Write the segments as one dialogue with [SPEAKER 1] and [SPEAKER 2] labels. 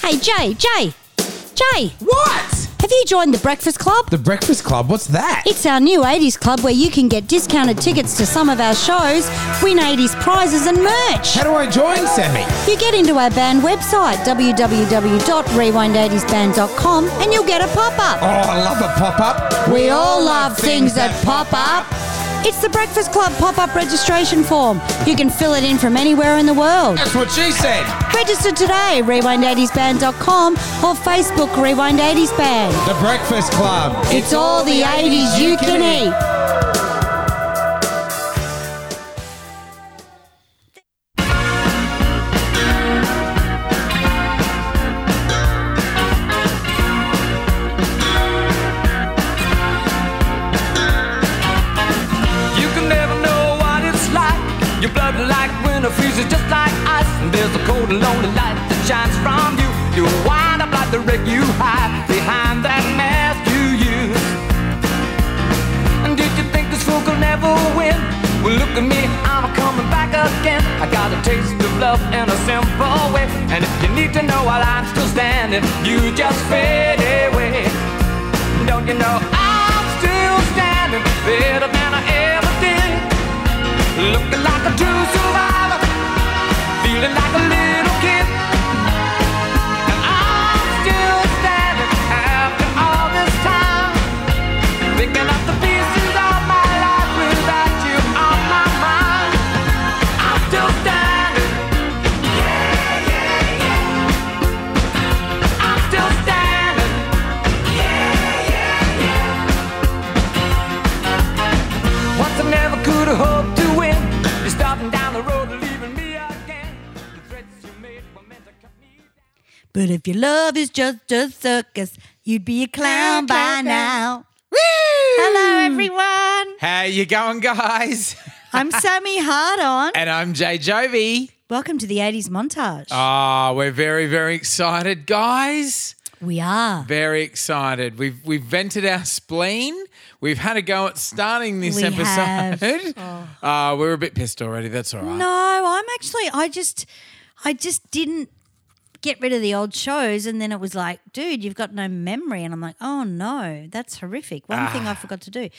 [SPEAKER 1] Hey, Jay, Jay, Jay,
[SPEAKER 2] What?
[SPEAKER 1] have you joined the Breakfast Club?
[SPEAKER 2] The Breakfast Club? What's that?
[SPEAKER 1] It's our new 80s club where you can get discounted tickets to some of our shows, win 80s prizes and merch.
[SPEAKER 2] How do I join, Sammy?
[SPEAKER 1] You get into our band website, www.rewind80sband.com, and you'll get a pop
[SPEAKER 2] Oh,
[SPEAKER 1] up.
[SPEAKER 2] I love a pop up.
[SPEAKER 1] We all love things that pop up. It's the Breakfast Club pop up registration form. You can fill it in from anywhere in the world.
[SPEAKER 2] That's what she said.
[SPEAKER 1] Register today, rewind80sband.com or Facebook Rewind 80s Band.
[SPEAKER 2] The Breakfast Club.
[SPEAKER 1] It's all the 80s you can eat.
[SPEAKER 3] You can never know what it's like. Your blood like winter freezes just like ice. And there's a cold and lonely light that shines from you. You wind up like the wreck you hide behind that mask you use. And did you think this fool could never win? Well, look at me, I'm coming back again. I got a taste of love in a simple way. And if you need to know while I'm still standing, you just fade away. Don't you know I'm still standing better than I ever did? Looking like a true survivor, feeling like a little kid. And I'm still standing after all this time, picking up the pieces of my life without you on my mind. I'm still standing. Yeah, yeah, yeah. I'm still standing. Once I never could have hoped to win. You're stopping down the road, leaving me again. The threats you made were meant to cut me down.
[SPEAKER 1] But if your love is just a circus, you'd be a clown by now. Hello, everyone.
[SPEAKER 2] How you going, guys?
[SPEAKER 1] I'm Sammy Hardon.
[SPEAKER 2] And I'm Jay Jovi.
[SPEAKER 1] Welcome to the 80s montage.
[SPEAKER 2] Ah, we're very, very excited, guys.
[SPEAKER 1] we are.
[SPEAKER 2] Very excited. We've we've vented our spleen. We've had a go at starting this
[SPEAKER 1] We have.
[SPEAKER 2] episode. Uh, we're a bit pissed already. That's all right.
[SPEAKER 1] No, I'm actually, I just, I just didn't get rid of the old shows. And then it was like, dude, you've got no memory. And I'm like, oh no, that's horrific. One thing I forgot to do.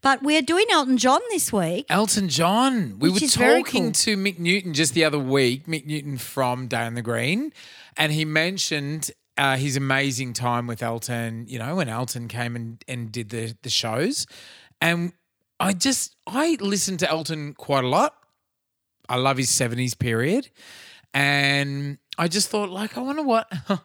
[SPEAKER 1] But we're doing Elton John this week.
[SPEAKER 2] Elton John. We
[SPEAKER 1] Which
[SPEAKER 2] were
[SPEAKER 1] is very
[SPEAKER 2] talking
[SPEAKER 1] cool.
[SPEAKER 2] to Mick Newton just the other week, Mick Newton from Day on the Green, and he mentioned uh, his amazing time with Elton, you know, when Elton came and, and did the, the shows. And I just, I listened to Elton quite a lot. I love his 70s period. And I just thought, like, I wonder what.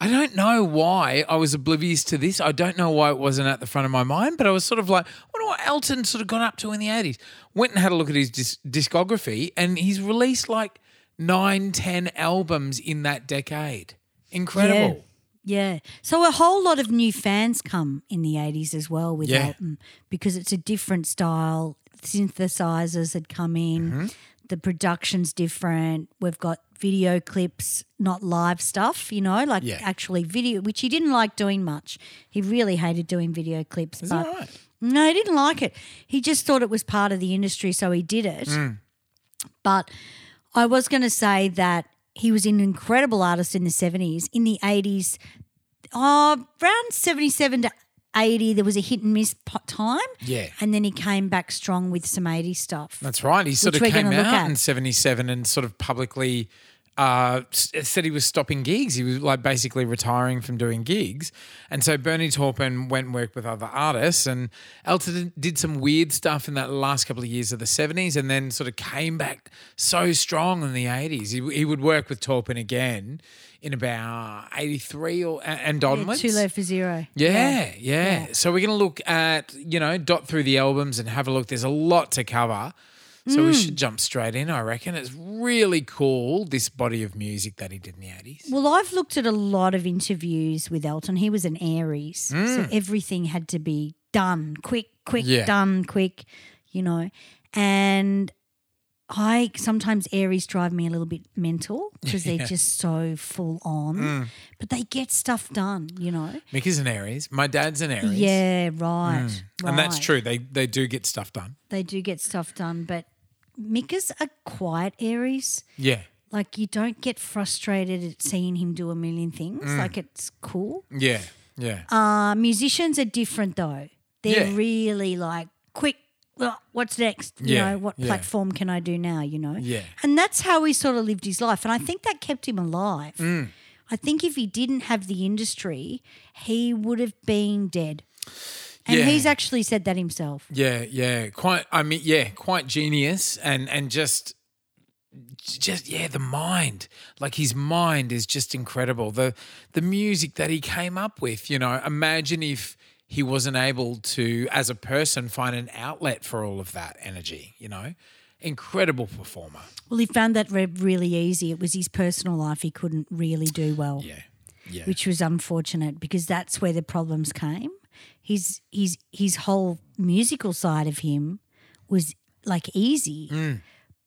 [SPEAKER 2] I don't know why I was oblivious to this. I don't know why it wasn't at the front of my mind, but I was sort of like, I wonder what Elton sort of got up to in the 80s. Went and had a look at his dis- discography, and he's released like nine, ten albums in that decade. Incredible.
[SPEAKER 1] Yeah. So a whole lot of new fans come in the 80s as well with
[SPEAKER 2] Yeah.
[SPEAKER 1] Elton because it's a different style. Synthesizers had come in,
[SPEAKER 2] Mm-hmm.
[SPEAKER 1] the production's different. We've got video clips, not live stuff, you know, like
[SPEAKER 2] Yeah.
[SPEAKER 1] actually video, which he didn't like doing much. He really hated doing video clips.
[SPEAKER 2] Is
[SPEAKER 1] but
[SPEAKER 2] that right?
[SPEAKER 1] no, he didn't like it. He just thought it was part of the industry, so he did it.
[SPEAKER 2] Mm.
[SPEAKER 1] But I was going to say that he was an incredible artist in the 70s. In the 80s, oh, around 77 to 80, there was a hit and miss po- time.
[SPEAKER 2] Yeah.
[SPEAKER 1] And then he came back strong with some 80s stuff.
[SPEAKER 2] That's right. He sort
[SPEAKER 1] Which
[SPEAKER 2] of
[SPEAKER 1] we're
[SPEAKER 2] came
[SPEAKER 1] gonna look
[SPEAKER 2] out
[SPEAKER 1] at.
[SPEAKER 2] in 77 and sort of publicly uh, s- said he was stopping gigs. He was like basically retiring from doing gigs. And so Bernie Taupin went and worked with other artists. And Elton did some weird stuff in that last couple of years of the 70s and then sort of came back so strong in the 80s. He, he would work with Taupin again in about 83 or, a- and
[SPEAKER 1] Yeah,
[SPEAKER 2] onwards.
[SPEAKER 1] too low for zero.
[SPEAKER 2] Yeah, yeah, So we're going to look at, you know, dot through the albums and have a look. There's a lot to cover. So we should jump straight in, I reckon. It's really cool, this body of music that he did in the 80s.
[SPEAKER 1] Well, I've looked at a lot of interviews with Elton. He was an Aries, so everything had to be done quick, quick,
[SPEAKER 2] Hmm. Yeah.
[SPEAKER 1] done quick, you know. And I sometimes Aries drive me a little bit mental because they're just so full on,
[SPEAKER 2] Hmm.
[SPEAKER 1] but they get stuff done, you know.
[SPEAKER 2] Mick is an Aries. My dad's an Aries. Hmm.
[SPEAKER 1] Yeah, right, right.
[SPEAKER 2] And that's true. They they do get stuff done.
[SPEAKER 1] They do get stuff done, but Mika's a quiet Aries.
[SPEAKER 2] Yeah.
[SPEAKER 4] Like you don't get frustrated at seeing him do a million things.
[SPEAKER 2] Hmm.
[SPEAKER 4] Like it's cool.
[SPEAKER 2] Yeah. Yeah.
[SPEAKER 4] Uh, musicians are different though. They're
[SPEAKER 2] Yeah.
[SPEAKER 4] really like quick. uh, What's next? You
[SPEAKER 2] Yeah,
[SPEAKER 4] know, what
[SPEAKER 2] yeah.
[SPEAKER 4] platform can I do now? You know,
[SPEAKER 2] Yeah.
[SPEAKER 4] And that's how he sort of lived his life, and I think that kept him alive.
[SPEAKER 2] Mm.
[SPEAKER 4] I think if he didn't have the industry, he would have been dead. And
[SPEAKER 2] Yeah.
[SPEAKER 4] he's actually said that himself.
[SPEAKER 2] Yeah, yeah, quite. I mean, yeah, quite genius, and and just, just yeah, the mind, like his mind is just incredible. The the music that he came up with, you know, imagine if he wasn't able to, as a person, find an outlet for all of that energy. You know, incredible performer.
[SPEAKER 4] Well, he found that re- really easy. It was his personal life he couldn't really do well.
[SPEAKER 2] Yeah, yeah,
[SPEAKER 4] which was unfortunate because that's where the problems came. His his his whole musical side of him was like easy,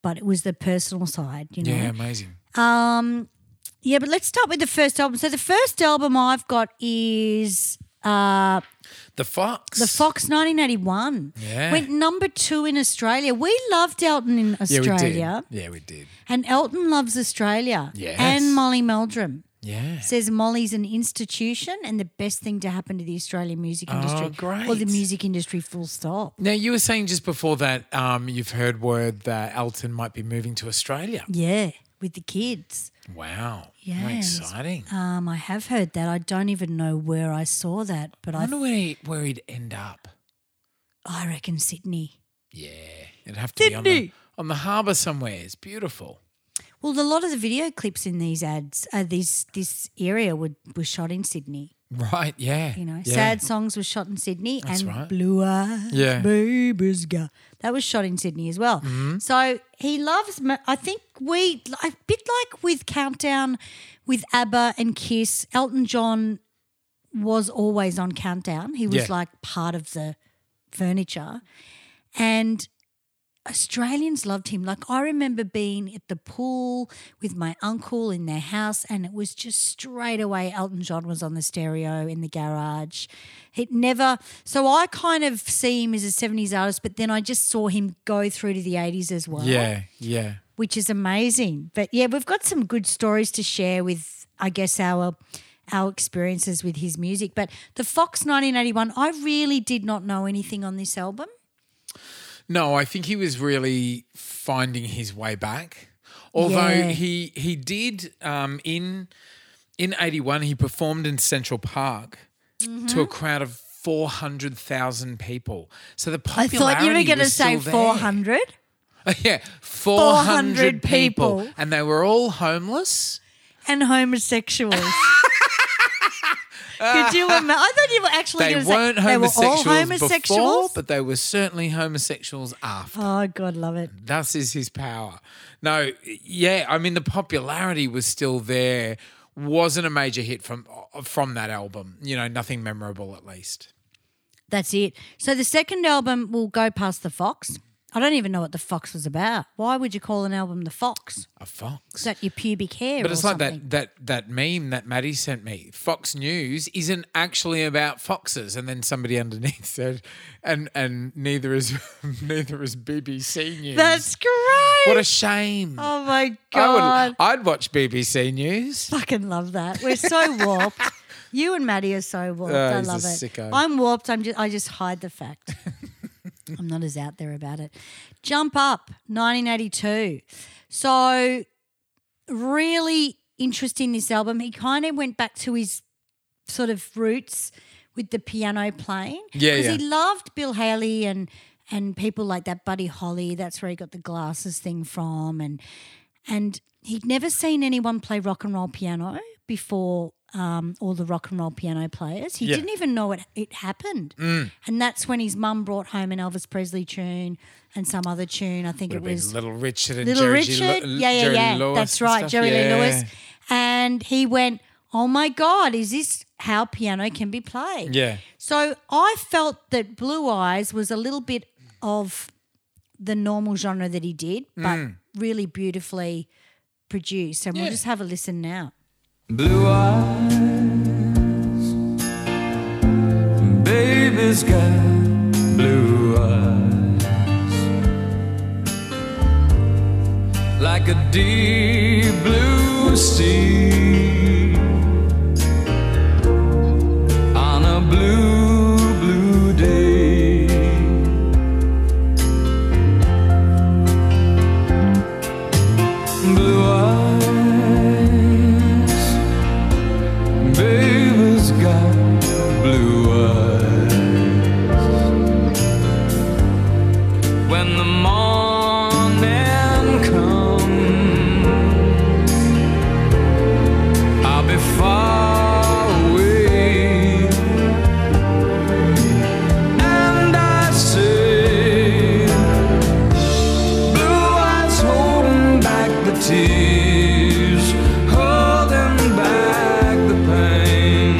[SPEAKER 4] but it was the personal side, you know.
[SPEAKER 2] Mm. yeah,
[SPEAKER 4] Yeah.
[SPEAKER 2] amazing.
[SPEAKER 4] but let's start with the first album. So the first album I've got is
[SPEAKER 2] The fox.
[SPEAKER 4] The Fox 1981.
[SPEAKER 2] Yeah.
[SPEAKER 4] Went number 2 in Australia. We loved Elton in
[SPEAKER 2] Yeah, we
[SPEAKER 4] Australia.
[SPEAKER 2] did. Yeah, we did.
[SPEAKER 4] And Elton loves Australia.
[SPEAKER 2] Yes.
[SPEAKER 4] And Molly Meldrum.
[SPEAKER 2] Yeah.
[SPEAKER 4] says Molly's an institution and the best thing to happen to the Australian music industry.
[SPEAKER 2] Oh, great.
[SPEAKER 4] Or the music industry full stop.
[SPEAKER 2] Now you were saying just before that um, you've heard word that Elton might be moving to Australia.
[SPEAKER 4] Yeah, with the kids.
[SPEAKER 2] Wow. How
[SPEAKER 4] Yes.
[SPEAKER 2] exciting.
[SPEAKER 4] Um, I have heard that. I don't even know where I saw that, but
[SPEAKER 2] I
[SPEAKER 4] I,
[SPEAKER 2] wonder where, he, where he'd end up.
[SPEAKER 4] I reckon Sydney.
[SPEAKER 2] Yeah. It'd have to be on the,
[SPEAKER 4] Sydney.
[SPEAKER 2] on the harbour somewhere. It's beautiful.
[SPEAKER 4] Well, the, a lot of the video clips in these ads, uh, this this area, would was shot in Sydney.
[SPEAKER 2] Right. Yeah.
[SPEAKER 4] You know,
[SPEAKER 2] yeah.
[SPEAKER 4] sad songs was shot in Sydney, and
[SPEAKER 2] right.
[SPEAKER 4] Blue Eyes
[SPEAKER 2] Yeah. Mm-hmm.
[SPEAKER 4] Baby's Got that was shot in Sydney as well. So he loves. ma- I think we a bit like with Countdown, with ABBA and Kiss. Elton John was always on Countdown. He was
[SPEAKER 2] Yeah.
[SPEAKER 4] like part of the furniture, and Australians loved him. Like I remember being at the pool with my uncle in their house, and it was just straight away Elton John was on the stereo in the garage. It never so I kind of see him as a seventies artist, but then I just saw him go through to the eighties as well.
[SPEAKER 2] Yeah. Yeah.
[SPEAKER 4] Which is amazing. But yeah, we've got some good stories to share with I guess our our experiences with his music. But the Fox nineteen eighty one, I really did not know anything on this album.
[SPEAKER 2] No, I think he was really finding his way back. Although
[SPEAKER 4] Yeah.
[SPEAKER 2] he he did um, in in eighty one he performed in Central Park to
[SPEAKER 4] Mm-hmm.
[SPEAKER 2] a crowd of four hundred thousand people. So the
[SPEAKER 4] I
[SPEAKER 2] popularity
[SPEAKER 4] thought you were
[SPEAKER 2] going to
[SPEAKER 4] say four hundred.
[SPEAKER 2] yeah, four
[SPEAKER 4] 400
[SPEAKER 2] hundred people.
[SPEAKER 4] people.
[SPEAKER 2] and they were all homeless.
[SPEAKER 4] and homosexuals. Could you imagine? I thought you were actually
[SPEAKER 2] They
[SPEAKER 4] going to
[SPEAKER 2] weren't
[SPEAKER 4] say
[SPEAKER 2] homosexuals,
[SPEAKER 4] they were all homosexuals.
[SPEAKER 2] before, but they were certainly homosexuals after.
[SPEAKER 4] oh God, love it.
[SPEAKER 2] Thus is his power. No, yeah, I mean the popularity was still there. Wasn't a major hit from from that album. You know, nothing memorable at least.
[SPEAKER 4] That's it. So the second album will go past the Fox. I don't even know what the Fox was about. Why would you call an album the Fox?
[SPEAKER 2] A fox.
[SPEAKER 4] Is that your pubic hair?
[SPEAKER 2] but it's
[SPEAKER 4] or
[SPEAKER 2] like
[SPEAKER 4] something?
[SPEAKER 2] that that that meme that Maddie sent me. Fox News isn't actually about foxes, and then somebody underneath said, and and neither is neither is BBC News.
[SPEAKER 4] That's great.
[SPEAKER 2] what a shame.
[SPEAKER 4] oh my
[SPEAKER 2] I
[SPEAKER 4] God.
[SPEAKER 2] would, I'd watch BBC News.
[SPEAKER 4] fucking love that. We're so warped. You and Maddie are so warped.
[SPEAKER 2] Oh,
[SPEAKER 4] I
[SPEAKER 2] he's a
[SPEAKER 4] love it.
[SPEAKER 2] sicko.
[SPEAKER 4] I'm warped. I'm just I just hide the fact. I'm not as out there about it. Jump up, 1982. So really interesting this album. He kind of went back to his sort of roots with the piano playing.
[SPEAKER 2] Yeah,
[SPEAKER 4] Because
[SPEAKER 2] yeah.
[SPEAKER 4] he loved Bill Haley and and people like that, Buddy Holly. That's where he got the glasses thing from, and and he'd never seen anyone play rock and roll piano before. Um, all the rock and roll piano players. He
[SPEAKER 2] Yeah. Mm.
[SPEAKER 4] didn't even know it, it happened. And that's when his mum brought home an Elvis Presley tune and some other tune. I think
[SPEAKER 2] Would have
[SPEAKER 4] it was
[SPEAKER 2] been Little Richard and
[SPEAKER 4] Little
[SPEAKER 2] Jerry G-
[SPEAKER 4] Richard.
[SPEAKER 2] L-
[SPEAKER 4] yeah, yeah,
[SPEAKER 2] Jerry
[SPEAKER 4] yeah.
[SPEAKER 2] Lewis
[SPEAKER 4] That's
[SPEAKER 2] and
[SPEAKER 4] right,
[SPEAKER 2] stuff.
[SPEAKER 4] Jerry Lee
[SPEAKER 2] Yeah.
[SPEAKER 4] Lewis. And he went, "Oh my God, is this how piano can be played?"
[SPEAKER 2] Yeah.
[SPEAKER 4] So I felt that Blue Eyes was a little bit of the normal genre that he did, but really beautifully produced. And
[SPEAKER 2] Mm. Yeah.
[SPEAKER 4] we'll just have a listen now.
[SPEAKER 5] Blue eyes, baby's got blue eyes. Like
[SPEAKER 2] like a deep blue sea on a blue, blue day. blue eyes. Baby's got blue eyes. When the morning comes, I'll be far away. And I say, Blue eyes holding back the tears, holding back the pain.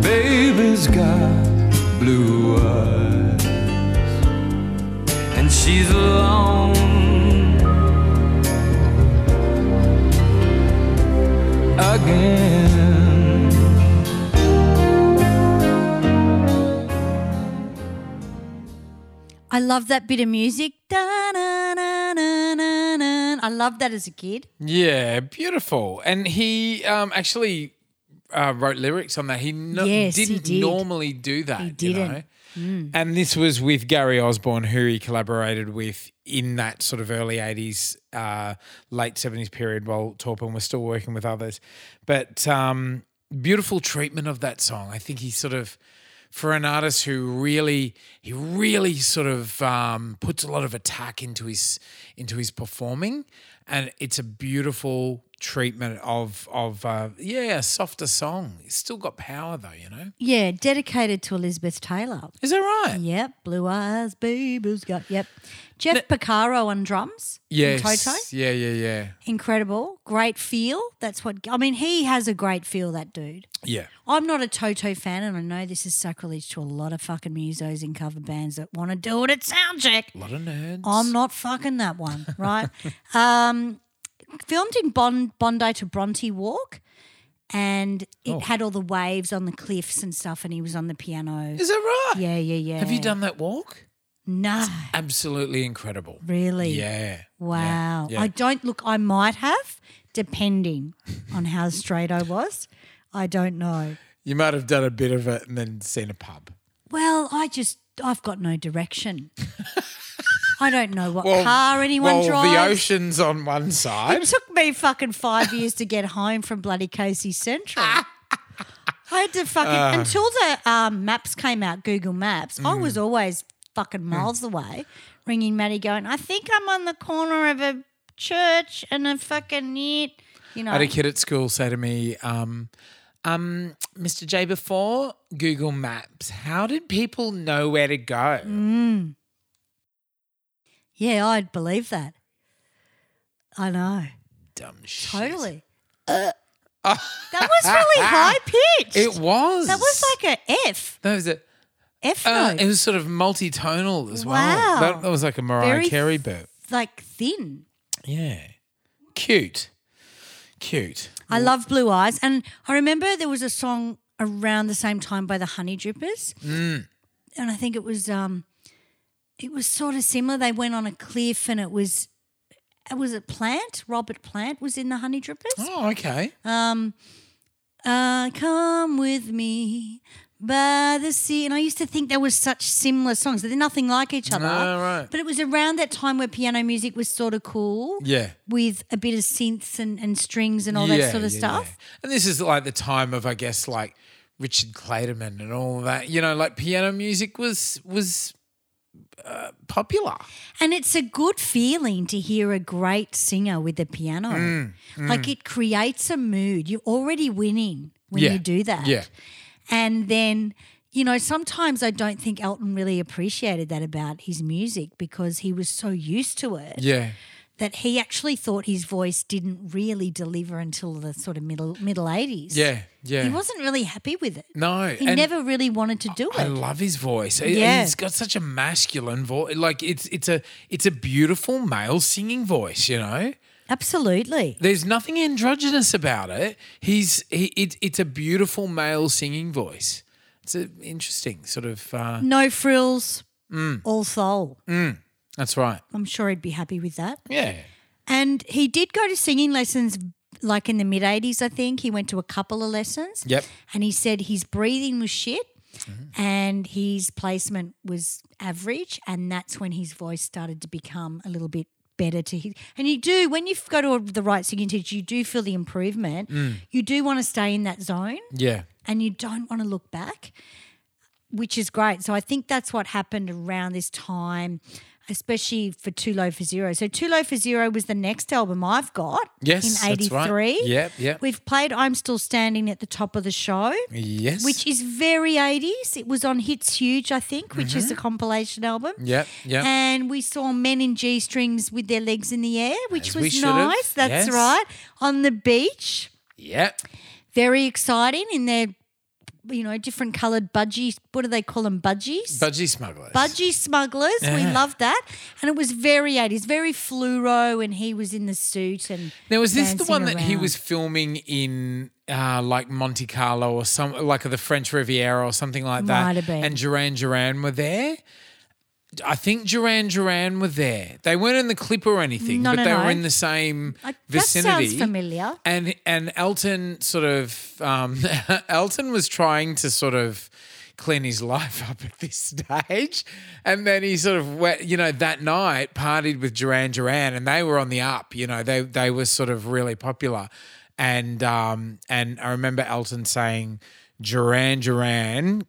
[SPEAKER 2] Baby's got blue eyes, and she's alone again.
[SPEAKER 4] I love that bit of music. Da-na-na-na-na-na. I loved that as a kid.
[SPEAKER 6] Yeah, beautiful. And he um, actually uh, wrote lyrics on that. He no-
[SPEAKER 4] Yes, he
[SPEAKER 6] didn't
[SPEAKER 4] did.
[SPEAKER 6] normally do that.
[SPEAKER 4] He Hmm.
[SPEAKER 6] you know? And this was with Gary Osborne, who he collaborated with in that sort of early 80s, uh, late 70s period while Taupin was still working with others. But um, beautiful treatment of that song. I think he sort of. For an artist who really, he really sort of um, puts a lot of attack into his into his performing, and it's a beautiful treatment of of uh, yeah, a softer song. It's still got power though, you know.
[SPEAKER 4] Yeah, dedicated to Elizabeth Taylor.
[SPEAKER 6] Is that right?
[SPEAKER 4] Yep, blue eyes, baby's got. Yep, Jeff Picaro on drums. from
[SPEAKER 6] Yes.
[SPEAKER 4] Toto.
[SPEAKER 6] Yeah, yeah, yeah.
[SPEAKER 4] Incredible, great feel. That's what I mean. He has a great feel. That dude.
[SPEAKER 6] Yeah.
[SPEAKER 4] I'm not a Toto fan, and I know this is sacrilege to a lot of fucking musos and cover bands that want to do it at soundcheck.
[SPEAKER 6] A lot of nerds.
[SPEAKER 4] I'm not fucking that one, right? um, filmed in Bond, Bondi to Bronte Walk, and it
[SPEAKER 6] Oh.
[SPEAKER 4] had all the waves on the cliffs and stuff, and he was on the piano.
[SPEAKER 6] Is that right?
[SPEAKER 4] yeah, yeah, yeah.
[SPEAKER 6] Have you done that walk?
[SPEAKER 4] No,
[SPEAKER 6] Absolutely incredible.
[SPEAKER 4] really.
[SPEAKER 6] Yeah.
[SPEAKER 4] Wow.
[SPEAKER 6] Yeah.
[SPEAKER 4] I don't look. I might have, depending on how straight I was. I don't know.
[SPEAKER 6] You might have done a bit of it and then seen a pub.
[SPEAKER 4] Well, I just I've got no direction. I don't know what
[SPEAKER 6] Well,
[SPEAKER 4] car anyone
[SPEAKER 6] well,
[SPEAKER 4] drives.
[SPEAKER 6] the ocean's on one
[SPEAKER 4] It
[SPEAKER 6] side.
[SPEAKER 4] took me fucking five years to get home from bloody Casey Central. I had to fucking
[SPEAKER 6] Ah.
[SPEAKER 4] until the um, maps came out, Google Maps.
[SPEAKER 6] Mm.
[SPEAKER 4] I was always fucking miles away, ringing Maddie, going, "I think I'm on the corner of a church and a fucking it." You know,
[SPEAKER 6] I had a kid at school say to me, um, um, Mr. J, before Google Maps, how did people know where to go?
[SPEAKER 4] Mm, yeah, I'd believe that. I know,
[SPEAKER 6] Dumb shit.
[SPEAKER 4] totally. that was really high pitched.
[SPEAKER 6] It was.
[SPEAKER 4] That was like a F
[SPEAKER 6] That was it.
[SPEAKER 4] F
[SPEAKER 6] Uh,
[SPEAKER 4] note,
[SPEAKER 6] it was sort of multi-tonal as
[SPEAKER 4] Wow.
[SPEAKER 6] well. That, that was like a Mariah
[SPEAKER 4] Very
[SPEAKER 6] Carey bit.
[SPEAKER 4] like thin.
[SPEAKER 6] Yeah. Cute. Cute.
[SPEAKER 4] I love Blue Eyes. And I remember there was a song around the same time by the Honey Drippers.
[SPEAKER 6] Mm.
[SPEAKER 4] And I think it was um it was sort of similar. They went on a cliff and it was was it Plant? Robert Plant was in the Honey Drippers.
[SPEAKER 6] Oh, okay.
[SPEAKER 4] Uh, come with me by the sea. And I used to think there was such similar songs. They're nothing like each other.
[SPEAKER 6] No, right.
[SPEAKER 4] But it was around that time where piano music was sort of cool.
[SPEAKER 6] Yeah.
[SPEAKER 4] With a bit of synths and, and strings and all
[SPEAKER 6] Yeah,
[SPEAKER 4] that sort of
[SPEAKER 6] yeah,
[SPEAKER 4] stuff.
[SPEAKER 6] yeah. And this is like the time of, I guess, like Richard Clayderman and all that. You know, like piano music was was uh, popular.
[SPEAKER 4] And it's a good feeling to hear a great singer with the piano.
[SPEAKER 6] Mm,
[SPEAKER 4] Like it creates a mood. You're already winning when
[SPEAKER 6] Yeah,
[SPEAKER 4] you do that.
[SPEAKER 6] yeah.
[SPEAKER 4] And then, you know, sometimes I don't think Elton really appreciated that about his music because he was so used to it
[SPEAKER 6] Yeah.
[SPEAKER 4] that he actually thought his voice didn't really deliver until the sort of middle middle 80s.
[SPEAKER 6] Yeah. Yeah.
[SPEAKER 4] He wasn't really happy with it.
[SPEAKER 6] No.
[SPEAKER 4] He
[SPEAKER 6] and-
[SPEAKER 4] never really wanted to do it.
[SPEAKER 6] I love his voice. He-
[SPEAKER 4] Yeah.
[SPEAKER 6] He's got such a masculine voice. Like it's it's a it's a beautiful male singing voice, you know?
[SPEAKER 4] Absolutely.
[SPEAKER 6] There's nothing androgynous about it. He's he, it, it's a beautiful male singing voice. It's an interesting sort of uh,
[SPEAKER 4] No frills, all soul.
[SPEAKER 6] That's right.
[SPEAKER 4] I'm sure he'd be happy with that.
[SPEAKER 6] Yeah.
[SPEAKER 4] And he did go to singing lessons like in the mid 80s, I think. He went to a couple of lessons.
[SPEAKER 6] Yep.
[SPEAKER 4] And he said his breathing was shit and his placement was average. And that's when his voice started to become a little bit better to his. And you do, when you go to a, the right singing teacher, you do feel the improvement. You do want to stay in that zone
[SPEAKER 6] Yeah.
[SPEAKER 4] and you don't want to look back, which is great. So I think that's what happened around this time, especially for Too Low for Zero. So Too Low for Zero was the next album I've got
[SPEAKER 6] Yes,
[SPEAKER 4] in
[SPEAKER 6] that's right.
[SPEAKER 4] 83.
[SPEAKER 6] Yep, yep.
[SPEAKER 4] We've played I'm Still Standing at the top of the show.
[SPEAKER 6] Yes.
[SPEAKER 4] Which is very 80s. It was on Hits Huge, I think, which is a compilation album.
[SPEAKER 6] Mm-hmm. Yep, yep.
[SPEAKER 4] And we saw men in G strings with their legs in the air, which
[SPEAKER 6] As we
[SPEAKER 4] was
[SPEAKER 6] should have,
[SPEAKER 4] nice. That's
[SPEAKER 6] yes.
[SPEAKER 4] right. On the beach
[SPEAKER 6] Yep.
[SPEAKER 4] very exciting in their, you know, different coloured budgies. What do they call them? Budgies?
[SPEAKER 6] Budgie smugglers.
[SPEAKER 4] Budgie smugglers. We
[SPEAKER 6] Yeah.
[SPEAKER 4] loved that. And it was very 80s, very fluoro, and he was in the suit. And
[SPEAKER 6] Now, is this the
[SPEAKER 4] dancing
[SPEAKER 6] one that he
[SPEAKER 4] around.
[SPEAKER 6] was filming in uh, like Monte Carlo or some like the French Riviera or something like that?
[SPEAKER 4] Might have been.
[SPEAKER 6] And Duran Duran were there. I think Duran Duran were there. They weren't in the clip or anything,
[SPEAKER 4] No,
[SPEAKER 6] but
[SPEAKER 4] no,
[SPEAKER 6] they
[SPEAKER 4] no.
[SPEAKER 6] were in the same
[SPEAKER 4] I- that sounds
[SPEAKER 6] vicinity.
[SPEAKER 4] familiar.
[SPEAKER 6] And and Elton sort of um, Elton was trying to sort of clean his life up at this stage, and then he sort of went, you know that night partied with Duran Duran, and they were on the up. You know they they were sort of really popular, and um, and I remember Elton saying Duran Duran.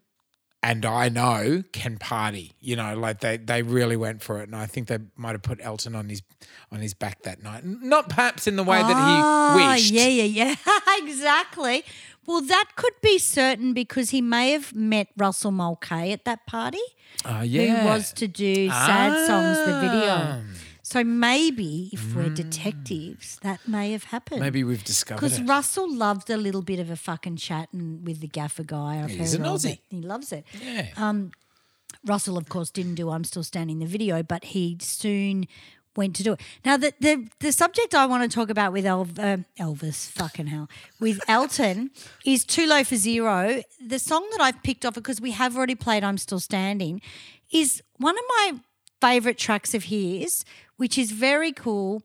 [SPEAKER 6] And I know can party, you know, like they, they really went for it, and I think they might have put Elton on his on his back that night. Not perhaps in the way that he
[SPEAKER 4] Ah,
[SPEAKER 6] wished.
[SPEAKER 4] Yeah, yeah, yeah. exactly. Well, that could be certain because he may have met Russell Mulcahy at that party,
[SPEAKER 6] Oh, yeah.
[SPEAKER 4] who was to do Sad Songs, the
[SPEAKER 6] Ah. Mm.
[SPEAKER 4] video. So maybe if we're detectives, that may have happened.
[SPEAKER 6] Maybe we've discovered
[SPEAKER 4] Because
[SPEAKER 6] it.
[SPEAKER 4] Russell loved a little bit of a fucking chatting with the gaffer guy. I've
[SPEAKER 6] He's
[SPEAKER 4] heard
[SPEAKER 6] an
[SPEAKER 4] all of
[SPEAKER 6] Aussie.
[SPEAKER 4] it. He loves it. Um,
[SPEAKER 6] yeah.
[SPEAKER 4] Russell, of course, didn't do I'm Still Standing the video, but he soon went to do it. Now, the the, the subject I want to talk about with Elv- um, Elvis, fucking hell, with Elton is Too Low for Zero. The song that I've picked off, because we have already played I'm Still Standing, is one of my favourite tracks of his, which is very cool.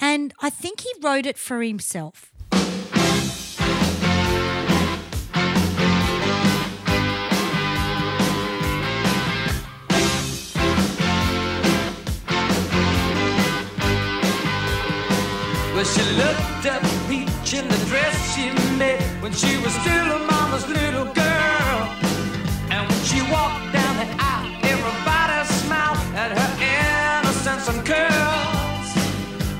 [SPEAKER 4] And I think he wrote it for himself.
[SPEAKER 2] Well, she looked up peach in the dress she made when she was still her mama's little girl. And when she walked down the aisle, everybody smiled at her innocence and curls.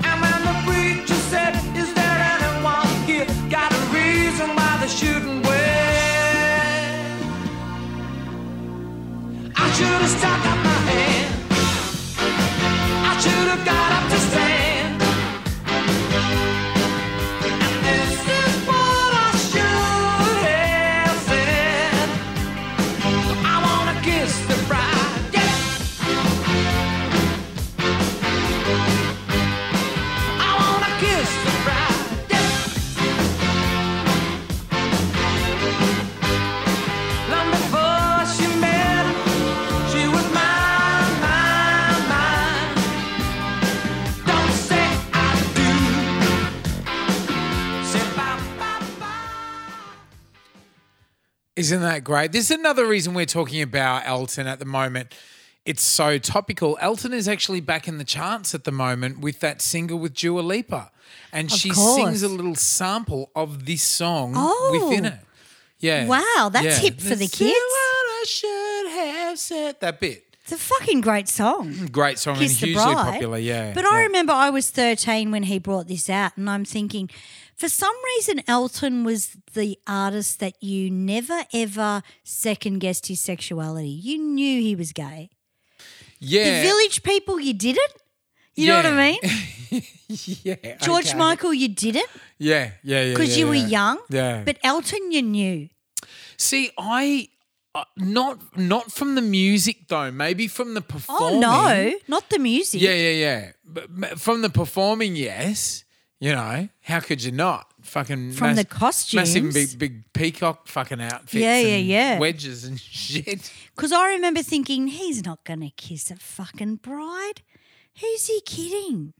[SPEAKER 2] And when the preacher said, Is there anyone here got a reason why they shouldn't wait? I should have stuck up my hand. I should have got up to stand. This is what I should have said. I wanna kiss the bride, yeah. I wanna kiss the bride, yeah. Long before she met, him, she was mine, mine, mine. Don't say I do. Say bye, bye, bye.
[SPEAKER 6] Isn't that great? This is another reason we're talking about Elton at the moment. It's so topical. Elton is actually back in the charts at the moment with that single with Dua Lipa. And she
[SPEAKER 4] course.
[SPEAKER 6] sings a little sample of this song
[SPEAKER 4] Oh.
[SPEAKER 6] within it. Yeah.
[SPEAKER 4] Wow, that's hip for the
[SPEAKER 6] This is
[SPEAKER 4] kids.
[SPEAKER 6] what I should have said. That bit.
[SPEAKER 4] It's a fucking great song.
[SPEAKER 6] Great song
[SPEAKER 4] Kiss
[SPEAKER 6] and
[SPEAKER 4] the
[SPEAKER 6] Mm. hugely
[SPEAKER 4] Bride.
[SPEAKER 6] popular. Yeah.
[SPEAKER 4] But
[SPEAKER 6] yeah.
[SPEAKER 4] I remember I was 13 when he brought this out, and I'm thinking, for some reason, Elton was the artist that you never ever second guessed his sexuality. You knew he was gay.
[SPEAKER 6] yeah.
[SPEAKER 4] The village people, you didn't. You know what I mean?
[SPEAKER 6] Yeah. yeah.
[SPEAKER 4] George
[SPEAKER 6] okay.
[SPEAKER 4] Michael, you didn't
[SPEAKER 6] Yeah. Yeah. Yeah.
[SPEAKER 4] because
[SPEAKER 6] yeah,
[SPEAKER 4] you were
[SPEAKER 6] yeah.
[SPEAKER 4] young.
[SPEAKER 6] Yeah.
[SPEAKER 4] But Elton, you knew.
[SPEAKER 6] See, I uh, not not from the music though. Maybe from the
[SPEAKER 4] Oh,
[SPEAKER 6] performing.
[SPEAKER 4] no, not the music.
[SPEAKER 6] Yeah, yeah, yeah. But m- from the performing, yes. You know, how could you not? Fucking
[SPEAKER 4] From the costumes.
[SPEAKER 6] massive big, big peacock fucking outfits,
[SPEAKER 4] Yeah, yeah,
[SPEAKER 6] and
[SPEAKER 4] yeah.
[SPEAKER 6] wedges and shit.
[SPEAKER 4] Because I remember thinking, he's not going to kiss a fucking bride. Who's he kidding?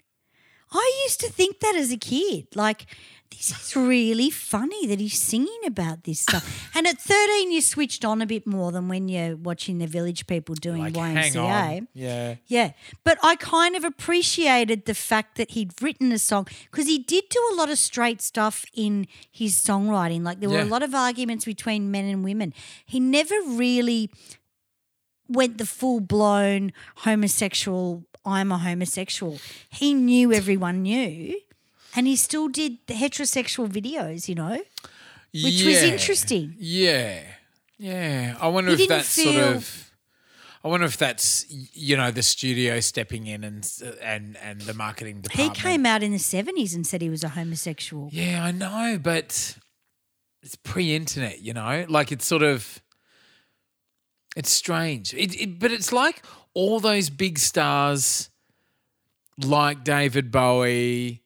[SPEAKER 4] I used to think that as a kid. Like, this is really funny that he's singing about this stuff. and at 13, you switched on a bit more than when you're watching the village people doing
[SPEAKER 6] Like,
[SPEAKER 4] YMCA.
[SPEAKER 6] hang on. Yeah.
[SPEAKER 4] Yeah. But I kind of appreciated the fact that he'd written a song because he did do a lot of straight stuff in his songwriting. Like there were a
[SPEAKER 6] Yeah.
[SPEAKER 4] lot of arguments between men and women. He never really went the full blown homosexual, I'm a homosexual. He knew everyone knew. And he still did the heterosexual videos, you know, which was
[SPEAKER 6] Yeah.
[SPEAKER 4] interesting.
[SPEAKER 6] Yeah. Yeah. I wonder
[SPEAKER 4] He
[SPEAKER 6] if
[SPEAKER 4] didn't
[SPEAKER 6] that's
[SPEAKER 4] feel-
[SPEAKER 6] sort of I wonder if that's y- you know the studio stepping in and s- and and the marketing
[SPEAKER 4] He
[SPEAKER 6] department.
[SPEAKER 4] came out in the 70s and said he was a homosexual.
[SPEAKER 6] Yeah, I know, but it's pre-internet, you know. Like it's sort of it's strange. It, it but it's like all those big stars like David Bowie.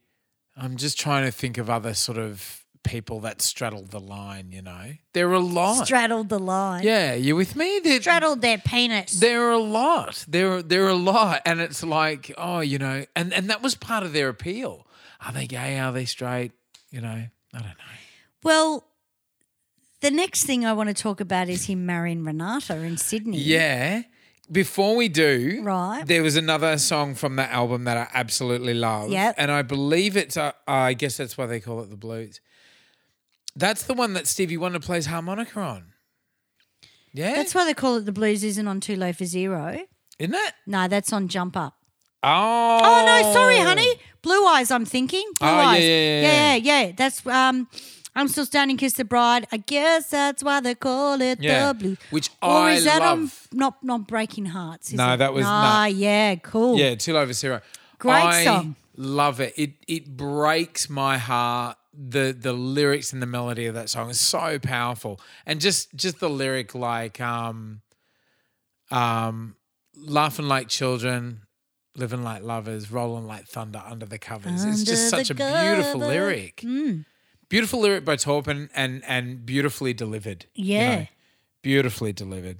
[SPEAKER 6] I'm just trying to think of other sort of people that straddle the line, you know. They're a lot.
[SPEAKER 4] Straddled the line.
[SPEAKER 6] Yeah, you with me? They're,
[SPEAKER 4] straddled their penis.
[SPEAKER 6] They're a lot. They're they're a lot, and it's like oh, you know, and and that was part of their appeal. Are they gay? Are they straight? You know, I don't know.
[SPEAKER 4] well, the next thing I want to talk about is him marrying Renata in Sydney.
[SPEAKER 6] Yeah. Before we do,
[SPEAKER 4] Right.
[SPEAKER 6] There was another song from that album that I absolutely love.
[SPEAKER 4] Yep.
[SPEAKER 6] and I believe it's. Uh, I guess that's why they call it the blues. That's the one that Stevie Wonder plays harmonica on. Yeah,
[SPEAKER 4] That's why they call it the blues isn't on Too Low for Zero.
[SPEAKER 6] isn't it?
[SPEAKER 4] No, that's on Jump Up.
[SPEAKER 6] Oh,
[SPEAKER 4] Oh, no, sorry, honey. Blue Eyes, I'm thinking. Blue
[SPEAKER 6] Oh, yeah,
[SPEAKER 4] Eyes.
[SPEAKER 6] yeah, yeah, yeah.
[SPEAKER 4] yeah, yeah. That's um I'm still standing, kiss the bride. I guess that's why they call it
[SPEAKER 6] Yeah,
[SPEAKER 4] the blue.
[SPEAKER 6] which
[SPEAKER 4] or
[SPEAKER 6] I
[SPEAKER 4] is that
[SPEAKER 6] love.
[SPEAKER 4] on not not breaking hearts? Is
[SPEAKER 6] No,
[SPEAKER 4] it?
[SPEAKER 6] that was
[SPEAKER 4] ah
[SPEAKER 6] Nut.
[SPEAKER 4] yeah, cool.
[SPEAKER 6] Yeah, Two Over Zero.
[SPEAKER 4] Great
[SPEAKER 6] I
[SPEAKER 4] song.
[SPEAKER 6] Love it. It it breaks my heart. The the lyrics and the melody of that song is so powerful. And just just the lyric like um um laughing like children, living like lovers, rolling like thunder under the covers. it's just
[SPEAKER 4] Under
[SPEAKER 6] such a
[SPEAKER 4] the
[SPEAKER 6] beautiful
[SPEAKER 4] covers.
[SPEAKER 6] lyric. Beautiful lyric by Torpen and and beautifully delivered. you
[SPEAKER 4] Yeah.
[SPEAKER 6] know. Beautifully delivered.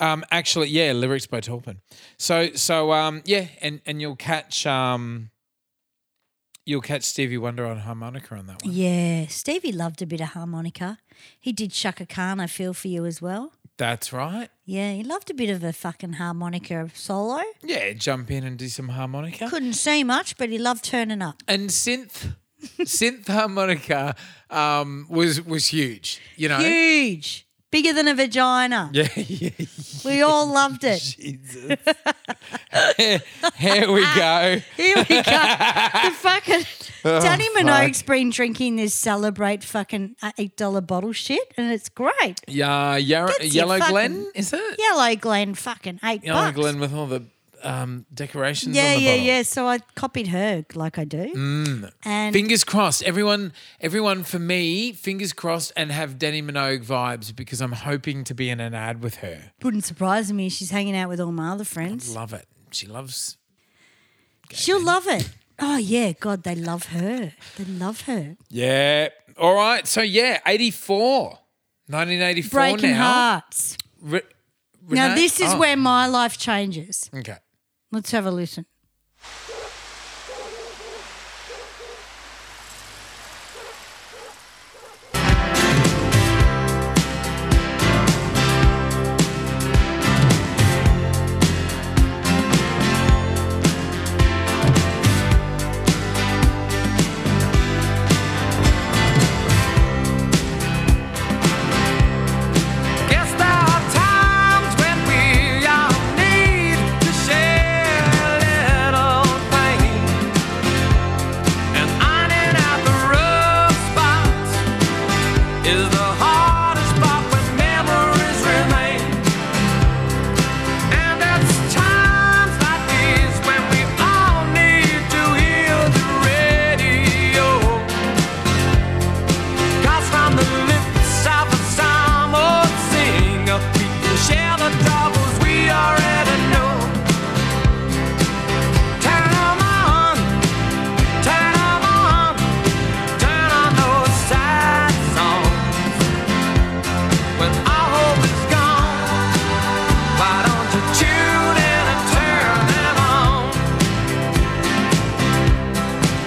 [SPEAKER 6] Um, actually, yeah, lyrics by Torpen. So, so um, yeah, and and you'll catch um, you'll catch Stevie Wonder on harmonica on that one.
[SPEAKER 4] Yeah, Stevie loved a bit of harmonica. He did Shaka Khan, I feel for you as well.
[SPEAKER 6] That's right.
[SPEAKER 4] Yeah, he loved a bit of a fucking harmonica solo.
[SPEAKER 6] Yeah, jump in and do some harmonica
[SPEAKER 4] Couldn't see much, but he loved turning up.
[SPEAKER 6] and synth. synth harmonica um, was was huge. You know.
[SPEAKER 4] Huge, bigger than a vagina.
[SPEAKER 6] Yeah, yeah,
[SPEAKER 4] We all loved it.
[SPEAKER 6] Jesus. Here we go.
[SPEAKER 4] Here we go. the fucking Danny
[SPEAKER 6] Oh, fuck.
[SPEAKER 4] Minogue's been drinking this celebrate fucking uh, eight dollar bottle shit, and it's great.
[SPEAKER 6] Yeah, Yar-
[SPEAKER 4] That's your
[SPEAKER 6] Yellow
[SPEAKER 4] fucking-
[SPEAKER 6] Glen, is it?
[SPEAKER 4] Yellow Glen, fucking eight
[SPEAKER 6] Yellow
[SPEAKER 4] bucks.
[SPEAKER 6] Glen with all the um, decorations.
[SPEAKER 4] yeah,
[SPEAKER 6] on the
[SPEAKER 4] yeah,
[SPEAKER 6] bottle. Mm.
[SPEAKER 4] yeah. So I copied her like I do, and
[SPEAKER 6] Fingers crossed. Everyone, everyone for me, fingers crossed and have Danny Minogue vibes because I'm hoping to be in an ad with her.
[SPEAKER 4] wouldn't surprise me. She's hanging out with all my other friends.
[SPEAKER 6] Love it. She loves.
[SPEAKER 4] She'll love it. Oh yeah, God, they love her. They love her.
[SPEAKER 6] Yeah. All right. So, yeah, 84. 1984
[SPEAKER 4] Breaking
[SPEAKER 6] now.
[SPEAKER 4] hearts.
[SPEAKER 6] Re-
[SPEAKER 4] Now
[SPEAKER 6] Renee?
[SPEAKER 4] this is
[SPEAKER 6] Oh,
[SPEAKER 4] where my life changes.
[SPEAKER 6] Okay.
[SPEAKER 4] Let's have a listen.
[SPEAKER 2] Guess there are times when we all need to share a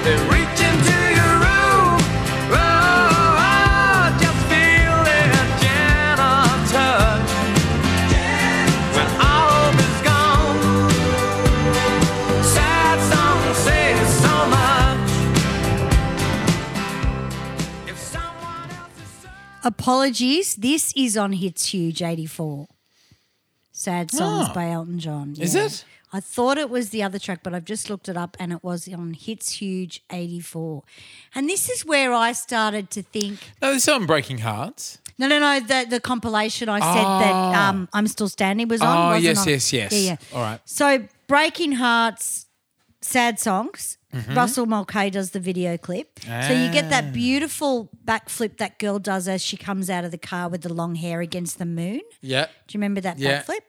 [SPEAKER 2] They reach into your room. Oh, oh, oh, just feel their gentle touch. When all hope is gone, sad song says so much. If someone else is so
[SPEAKER 4] Apologies. This is on Hits Huge 84. Sad Songs
[SPEAKER 6] Oh.
[SPEAKER 4] by Elton John.
[SPEAKER 6] Is
[SPEAKER 4] Yeah.
[SPEAKER 6] it?
[SPEAKER 4] I thought it was the other track, but I've just looked it up and it was on Hits Huge 84. And this is where I started to think
[SPEAKER 6] No, this is on Breaking Hearts.
[SPEAKER 4] no, no, no, the, the compilation I said that um, I'm Still Standing was on.
[SPEAKER 6] Oh,
[SPEAKER 4] wasn't
[SPEAKER 6] yes,
[SPEAKER 4] on-
[SPEAKER 6] yes, yes.
[SPEAKER 4] Yeah, yeah.
[SPEAKER 6] All right.
[SPEAKER 4] So Breaking Hearts, Sad Songs.
[SPEAKER 6] Mm-hmm.
[SPEAKER 4] Russell Mulcahy does the video clip. So you get
[SPEAKER 6] Ah.
[SPEAKER 4] that beautiful backflip that girl does as she comes out of the car with the long hair against the moon.
[SPEAKER 6] Yeah.
[SPEAKER 4] Do you remember that
[SPEAKER 6] Yeah.
[SPEAKER 4] backflip?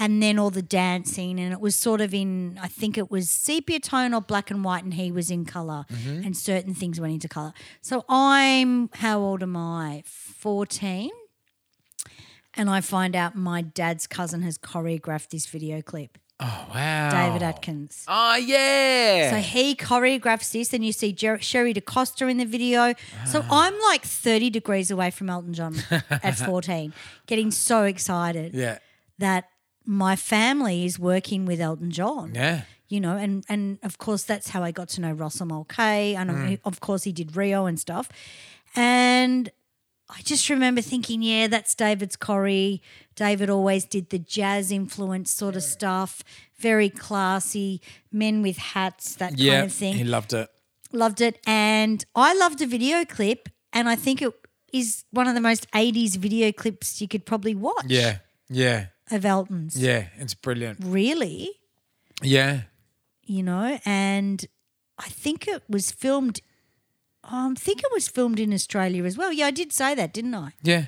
[SPEAKER 4] And then all the dancing, and it was sort of in, I think it was sepia tone or black and white, and he was in color,
[SPEAKER 6] Mm-hmm.
[SPEAKER 4] and certain things went into color. So I'm, how old am I? 14. And I find out my dad's cousin has choreographed this video clip,
[SPEAKER 6] Oh, wow.
[SPEAKER 4] David Atkins.
[SPEAKER 6] Oh, yeah.
[SPEAKER 4] So he choreographs this, and you see Jer- Sherry DeCosta in the video. So
[SPEAKER 6] Ah.
[SPEAKER 4] I'm like 30 degrees away from Elton John at 14, getting so excited
[SPEAKER 6] yeah.
[SPEAKER 4] that my family is working with Elton John.
[SPEAKER 6] Yeah.
[SPEAKER 4] You know, and and of course that's how I got to know Russell Mulcahy, and
[SPEAKER 6] Hmm.
[SPEAKER 4] I- of course he did Rio and stuff. And I just remember thinking, yeah, that's David's Corrie. David always did the jazz influence sort of stuff, very classy, men with hats, that
[SPEAKER 6] Yeah.
[SPEAKER 4] kind of thing
[SPEAKER 6] He loved it.
[SPEAKER 4] loved it and i loved the video clip and i think it is one of the most 80s video clips you could probably watch
[SPEAKER 6] Yeah. Yeah.
[SPEAKER 4] of elton's
[SPEAKER 6] Yeah. It's brilliant.
[SPEAKER 4] really
[SPEAKER 6] Yeah.
[SPEAKER 4] you know and i think it was filmed um, I think it was filmed in Australia as well. Yeah, I did say that, didn't I?
[SPEAKER 6] Yeah.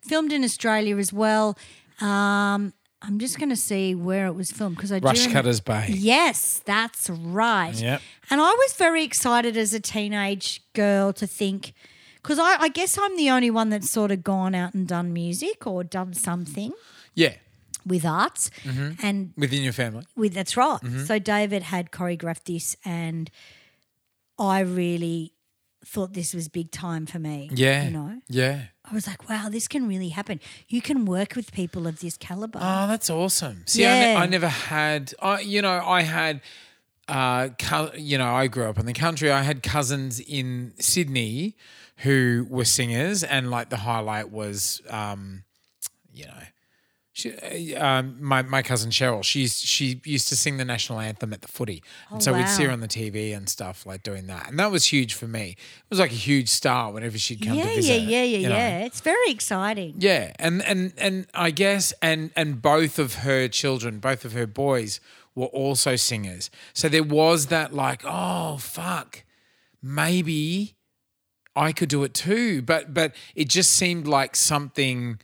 [SPEAKER 4] Filmed in Australia as well. Um, I'm just going to see where it was filmed because I do
[SPEAKER 6] Rush
[SPEAKER 4] remember-
[SPEAKER 6] Cutters
[SPEAKER 4] Mm.
[SPEAKER 6] Bay.
[SPEAKER 4] Yes, that's right.
[SPEAKER 6] Yep.
[SPEAKER 4] And I was very excited as a teenage girl to think, because I, I guess I'm the only one that's sort of gone out and done music or done something
[SPEAKER 6] Yeah.
[SPEAKER 4] with arts.
[SPEAKER 6] Mm-hmm.
[SPEAKER 4] And
[SPEAKER 6] Within your family.
[SPEAKER 4] with that's right.
[SPEAKER 6] Mm-hmm.
[SPEAKER 4] So David had choreographed this, and I really thought this was big time for me.
[SPEAKER 6] Yeah.
[SPEAKER 4] You know,
[SPEAKER 6] Yeah.
[SPEAKER 4] I was like, wow, this can really happen. You can work with people of this caliber.
[SPEAKER 6] Oh, that's awesome. See, I, ne-
[SPEAKER 4] Yeah.
[SPEAKER 6] I never had, I, you know, I had, uh, cou- you know, I grew up in the country. I had cousins in Sydney who were singers, and like the highlight was, um, you know, she, uh, um, my my cousin Cheryl. She's she used to sing the national anthem at the footy, and so we'd see
[SPEAKER 4] Oh, wow.
[SPEAKER 6] her on the TV and stuff like doing that, and that was huge for me. It was like a huge star whenever she'd come
[SPEAKER 4] yeah,
[SPEAKER 6] to
[SPEAKER 4] yeah,
[SPEAKER 6] visit.
[SPEAKER 4] yeah, yeah,
[SPEAKER 6] you know.
[SPEAKER 4] yeah. It's very exciting.
[SPEAKER 6] Yeah, and and and I guess and and both of her children, both of her boys were also singers. So there was that like, oh fuck, maybe I could do it too. But but it just seemed like something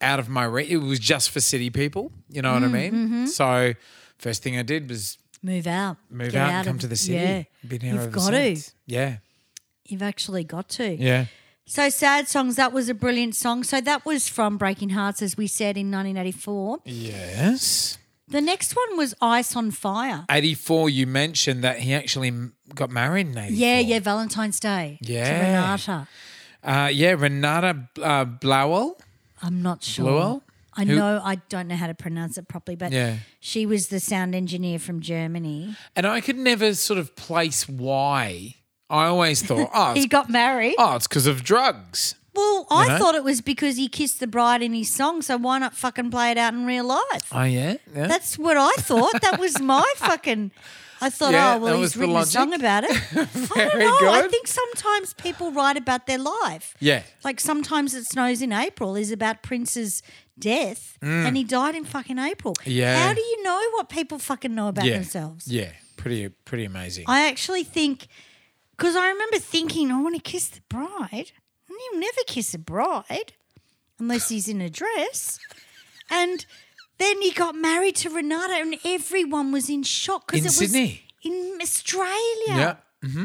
[SPEAKER 6] out of my reach. It was just for city people, you know what
[SPEAKER 4] Mm,
[SPEAKER 6] I mean?
[SPEAKER 4] mm-hmm.
[SPEAKER 6] So first thing I did was
[SPEAKER 4] Move out.
[SPEAKER 6] move
[SPEAKER 4] Get
[SPEAKER 6] out, and come
[SPEAKER 4] of-
[SPEAKER 6] to the city.
[SPEAKER 4] Yeah.
[SPEAKER 6] Been here
[SPEAKER 4] You've
[SPEAKER 6] ever
[SPEAKER 4] got
[SPEAKER 6] since.
[SPEAKER 4] to.
[SPEAKER 6] Yeah.
[SPEAKER 4] You've actually got to.
[SPEAKER 6] Yeah.
[SPEAKER 4] So sad songs. That was a brilliant song. So that was from Breaking Hearts, as we said in 1984.
[SPEAKER 6] Yes.
[SPEAKER 4] The next one was Ice on Fire.
[SPEAKER 6] 84 you mentioned that he actually m- got married in 84.
[SPEAKER 4] Yeah, yeah, Valentine's Day. to
[SPEAKER 6] Yeah.
[SPEAKER 4] Renata.
[SPEAKER 6] Uh, yeah, Renata uh, Blauel.
[SPEAKER 4] I'm not sure.
[SPEAKER 6] Bleuel?
[SPEAKER 4] I
[SPEAKER 6] Who-
[SPEAKER 4] know I don't know how to pronounce it properly, but
[SPEAKER 6] Yeah.
[SPEAKER 4] she was the sound engineer from Germany.
[SPEAKER 6] And I could never sort of place why. I always thought, oh,
[SPEAKER 4] He
[SPEAKER 6] it's,
[SPEAKER 4] got married.
[SPEAKER 6] oh, it's because of drugs.
[SPEAKER 4] well, I
[SPEAKER 6] know?
[SPEAKER 4] thought it was because he kissed the bride in his song, so why not fucking play it out in real life?
[SPEAKER 6] Oh, yeah. yeah.
[SPEAKER 4] That's what I thought. That was my fucking. I thought, oh
[SPEAKER 6] Yeah, that
[SPEAKER 4] well, he's
[SPEAKER 6] was the
[SPEAKER 4] written a
[SPEAKER 6] logic.
[SPEAKER 4] song about it. I don't
[SPEAKER 6] Very
[SPEAKER 4] know. I
[SPEAKER 6] good.
[SPEAKER 4] think sometimes people write about their life.
[SPEAKER 6] Yeah.
[SPEAKER 4] Like sometimes it snows in April is about Prince's death, and he died in fucking April.
[SPEAKER 6] Mm. Yeah.
[SPEAKER 4] How do you know what people fucking know about
[SPEAKER 6] yeah.
[SPEAKER 4] themselves? Oh,
[SPEAKER 6] Yeah. Pretty, pretty amazing.
[SPEAKER 4] I actually think because I remember thinking I want to kiss the bride, and he'll never kiss a bride unless he's in a dress. And then he got married to Renata, and everyone was in shock because
[SPEAKER 6] In
[SPEAKER 4] it was
[SPEAKER 6] Sydney.
[SPEAKER 4] in Australia.
[SPEAKER 6] yeah.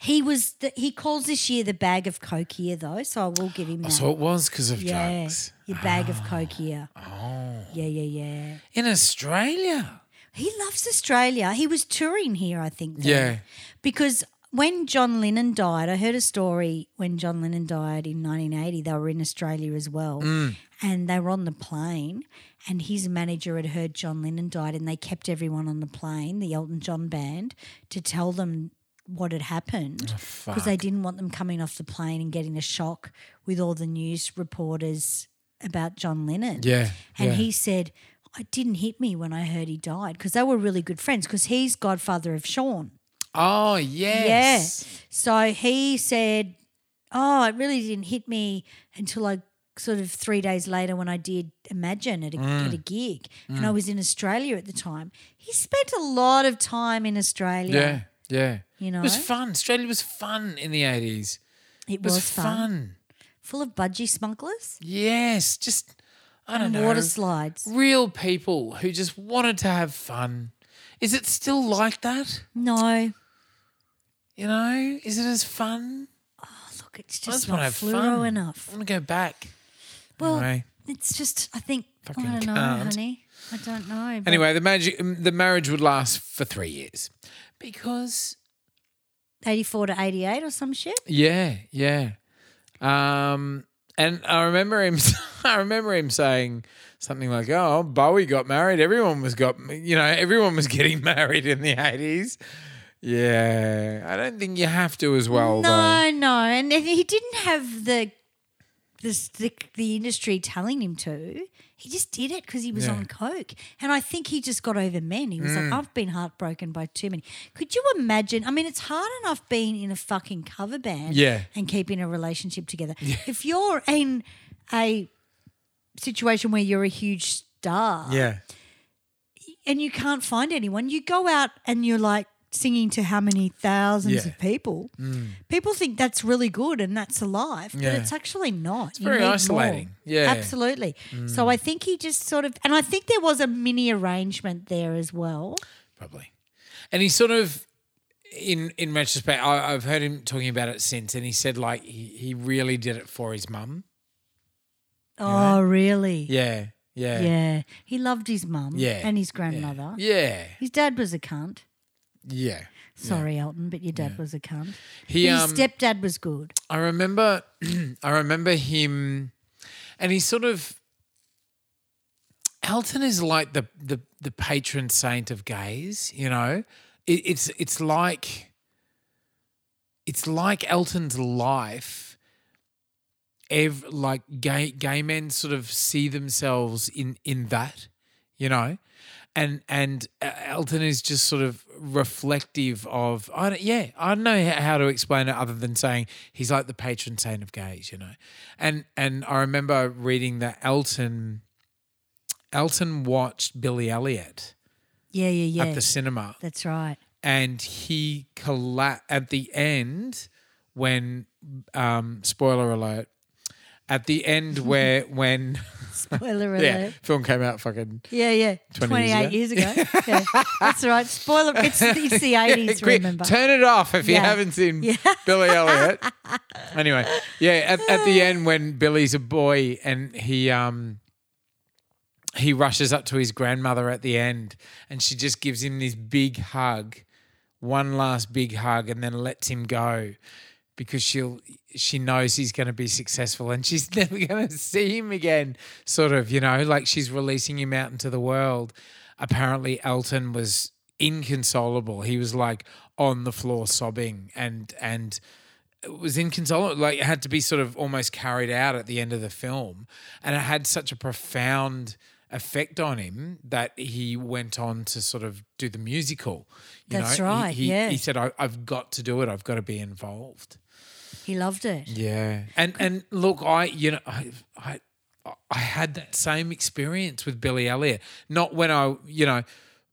[SPEAKER 4] He was the, he calls this year the bag of coke year though, so I will give him that.
[SPEAKER 6] Oh, So it was because of
[SPEAKER 4] yeah,
[SPEAKER 6] drugs Ah.
[SPEAKER 4] your bag of coke year. Oh, yeah, yeah, yeah.
[SPEAKER 6] in Australia.
[SPEAKER 4] He loves Australia. He was touring here, I think. then.
[SPEAKER 6] Yeah.
[SPEAKER 4] Because when John Lennon died, I heard a story when John Lennon died in 1980, they were in Australia as well.
[SPEAKER 6] Mm.
[SPEAKER 4] And they were on the plane, and his manager had heard John Lennon died, and they kept everyone on the plane, the Elton John band, to tell them what had happened because
[SPEAKER 6] Ah,
[SPEAKER 4] they didn't want them coming off the plane and getting a shock with all the news reporters about John Lennon.
[SPEAKER 6] Yeah,
[SPEAKER 4] And
[SPEAKER 6] yeah.
[SPEAKER 4] he said, It didn't hit me when I heard he died because they were really good friends because he's godfather of Sean.
[SPEAKER 6] Oh, yes.
[SPEAKER 4] Yeah. So he said, Oh, it really didn't hit me until I sort of three days later when I did Imagine at a,
[SPEAKER 6] Mm.
[SPEAKER 4] at a gig. And I was in Australia at the time. He spent a lot of time in Australia.
[SPEAKER 6] Yeah. Yeah.
[SPEAKER 4] You
[SPEAKER 6] It was
[SPEAKER 4] know?
[SPEAKER 6] fun. Australia was fun in the 80s.
[SPEAKER 4] It
[SPEAKER 6] It was,
[SPEAKER 4] was,
[SPEAKER 6] fun.
[SPEAKER 4] fun. Full of budgie smugglers
[SPEAKER 6] Yes. Just, I don't
[SPEAKER 4] and
[SPEAKER 6] know.
[SPEAKER 4] water slides.
[SPEAKER 6] real people who just wanted to have fun. Is it still like that?
[SPEAKER 4] No.
[SPEAKER 6] You know, is it as fun?
[SPEAKER 4] Look, it's
[SPEAKER 6] I
[SPEAKER 4] just
[SPEAKER 6] wanna
[SPEAKER 4] not fluoro enough.
[SPEAKER 6] I want to go back.
[SPEAKER 4] Well,
[SPEAKER 6] Anyway.
[SPEAKER 4] it's just, I think,
[SPEAKER 6] Fucking
[SPEAKER 4] I don't know,
[SPEAKER 6] can't.
[SPEAKER 4] honey. I don't know. but-
[SPEAKER 6] Anyway, the magic, the marriage would last for three years because
[SPEAKER 4] 84 to 88 or some shit.
[SPEAKER 6] yeah, yeah. Um, and I remember him. I remember him saying something like, "Oh, Bowie got married. Everyone was got. You know, everyone was getting married in the eighties. Yeah, I don't think you have to as well. though.
[SPEAKER 4] No, no, and if he didn't have the the the, the industry telling him to. He just did it because he was
[SPEAKER 6] Yeah. Mm.
[SPEAKER 4] on coke, and I think he just got over men. He was like, "I've been heartbroken by too many." Could you imagine? I mean, it's hard enough being in a fucking cover band,
[SPEAKER 6] Yeah.
[SPEAKER 4] and keeping a relationship together. If you're in a situation where you're a huge star,
[SPEAKER 6] Yeah.
[SPEAKER 4] and you can't find anyone, you go out and you're like singing to how many thousands
[SPEAKER 6] Yeah. Mm.
[SPEAKER 4] of people. People think that's really good and that's alive,
[SPEAKER 6] Yeah.
[SPEAKER 4] but it's actually not. It's
[SPEAKER 6] very isolating. Yeah. Mm.
[SPEAKER 4] absolutely. So I think he just sort of, and I think there was a mini arrangement there as well.
[SPEAKER 6] probably. And he sort of, in in retrospect, I, I've heard him talking about it since, and he said like he, he really did it for his mum.
[SPEAKER 4] Oh, really?
[SPEAKER 6] Yeah, yeah,
[SPEAKER 4] Yeah. He loved his mum
[SPEAKER 6] Yeah.
[SPEAKER 4] and his grandmother.
[SPEAKER 6] yeah,
[SPEAKER 4] His dad was a cunt.
[SPEAKER 6] yeah.
[SPEAKER 4] Sorry, Elton, but your dad was a cunt.
[SPEAKER 6] He
[SPEAKER 4] But
[SPEAKER 6] um,
[SPEAKER 4] his stepdad was good.
[SPEAKER 6] I remember, I remember him, and he sort of. Elton is like the the the patron saint of gays. You know, it, it's it's like. It's like Elton's life. Ev, like gay gay men sort of see themselves in in that, you know, and and uh, Elton is just sort of reflective of I don't, yeah I don't know h- how to explain it other than saying he's like the patron saint of gays, you know, and and I remember reading that Elton Elton watched Billy Elliot
[SPEAKER 4] Yeah, yeah, yeah.
[SPEAKER 6] at the cinema
[SPEAKER 4] that's right.
[SPEAKER 6] and he colla- at the end when um spoiler alert at the end where when
[SPEAKER 4] Spoiler alert.
[SPEAKER 6] yeah film came out fucking
[SPEAKER 4] Yeah, yeah.
[SPEAKER 6] 20 years
[SPEAKER 4] 28 years ago. yeah. That's right. Spoiler. It's, it's the 80s,
[SPEAKER 6] Quick,
[SPEAKER 4] remember.
[SPEAKER 6] turn it off if you
[SPEAKER 4] Yeah.
[SPEAKER 6] haven't seen Billy Elliot. Anyway, yeah, at, at the end when Billy's a boy and he um he rushes up to his grandmother at the end and she just gives him this big hug, one last big hug, and then lets him go because she'll she knows he's going to be successful and she's never going to see him again sort of you know like she's releasing him out into the world apparently elton was inconsolable he was like on the floor sobbing and and was inconsolable like it had to be sort of almost carried out at the end of the film and it had such a profound effect on him that he went on to sort of do the musical you
[SPEAKER 4] That's
[SPEAKER 6] know? He-
[SPEAKER 4] right,
[SPEAKER 6] he,
[SPEAKER 4] yeah.
[SPEAKER 6] he said I, i've got to do it i've got to be involved
[SPEAKER 4] He loved it.
[SPEAKER 6] yeah, and and look, I you know I I I had that same experience with Billy Elliot. Not when I you know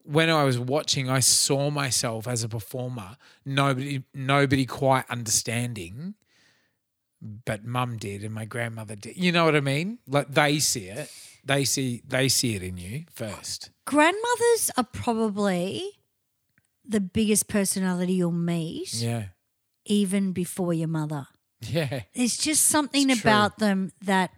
[SPEAKER 6] when I was watching, I saw myself as a performer. Nobody nobody quite understanding, but Mum did, and my grandmother did. You know what I mean? Like they see it. They see they see it in you first.
[SPEAKER 4] Grandmothers are probably the biggest personality you'll meet,
[SPEAKER 6] Yeah,
[SPEAKER 4] even before your mother.
[SPEAKER 6] yeah,
[SPEAKER 4] There's just something
[SPEAKER 6] It's true.
[SPEAKER 4] about them that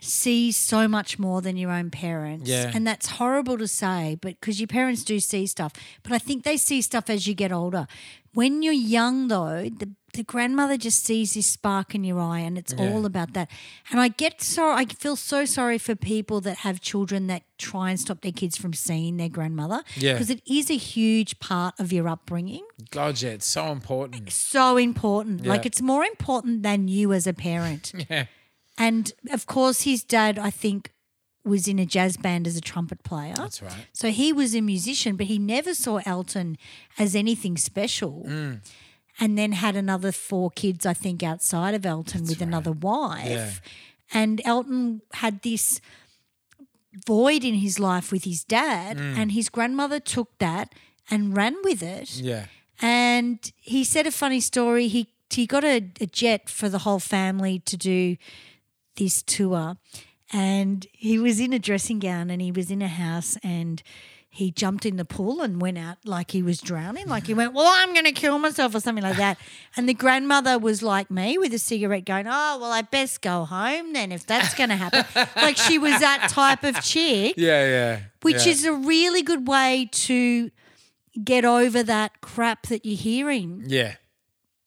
[SPEAKER 4] see so much more than your own parents.
[SPEAKER 6] Yeah.
[SPEAKER 4] And that's horrible to say, but because your parents do see stuff. But I think they see stuff as you get older. When you're young, though, the, the grandmother just sees this spark in your eye, and it's all about that. And I get so I feel so sorry for people that have children that try and stop their kids from seeing their grandmother
[SPEAKER 6] Yeah.
[SPEAKER 4] because it is a huge part of your upbringing
[SPEAKER 6] God, yeah, it's so important.
[SPEAKER 4] so important.
[SPEAKER 6] Mm. Yeah.
[SPEAKER 4] Like it's more important than you as a parent.
[SPEAKER 6] Yeah.
[SPEAKER 4] And of course, his dad, I think, was in a jazz band as a trumpet player.
[SPEAKER 6] That's right.
[SPEAKER 4] So he was a musician, but he never saw Elton as anything special.
[SPEAKER 6] Mm.
[SPEAKER 4] And then had another four kids, I think, outside of Elton with another wife.
[SPEAKER 6] Yeah.
[SPEAKER 4] And Elton had this void in his life with his dad,
[SPEAKER 6] Mm.
[SPEAKER 4] and his grandmother took that and ran with it
[SPEAKER 6] Yeah.
[SPEAKER 4] and he said a funny story. He he got a, a jet for the whole family to do this tour, and he was in a dressing gown and he was in a house and he jumped in the pool and went out like he was drowning, like he went, "Well, I'm going to kill myself" or something like that. And the grandmother was like me with a cigarette, going, "Oh, well, I best go home then if that's going to happen." like she was that type of chick
[SPEAKER 6] Yeah, yeah.
[SPEAKER 4] which
[SPEAKER 6] yeah.
[SPEAKER 4] is a really good way to get over that crap that you're hearing.
[SPEAKER 6] Yeah.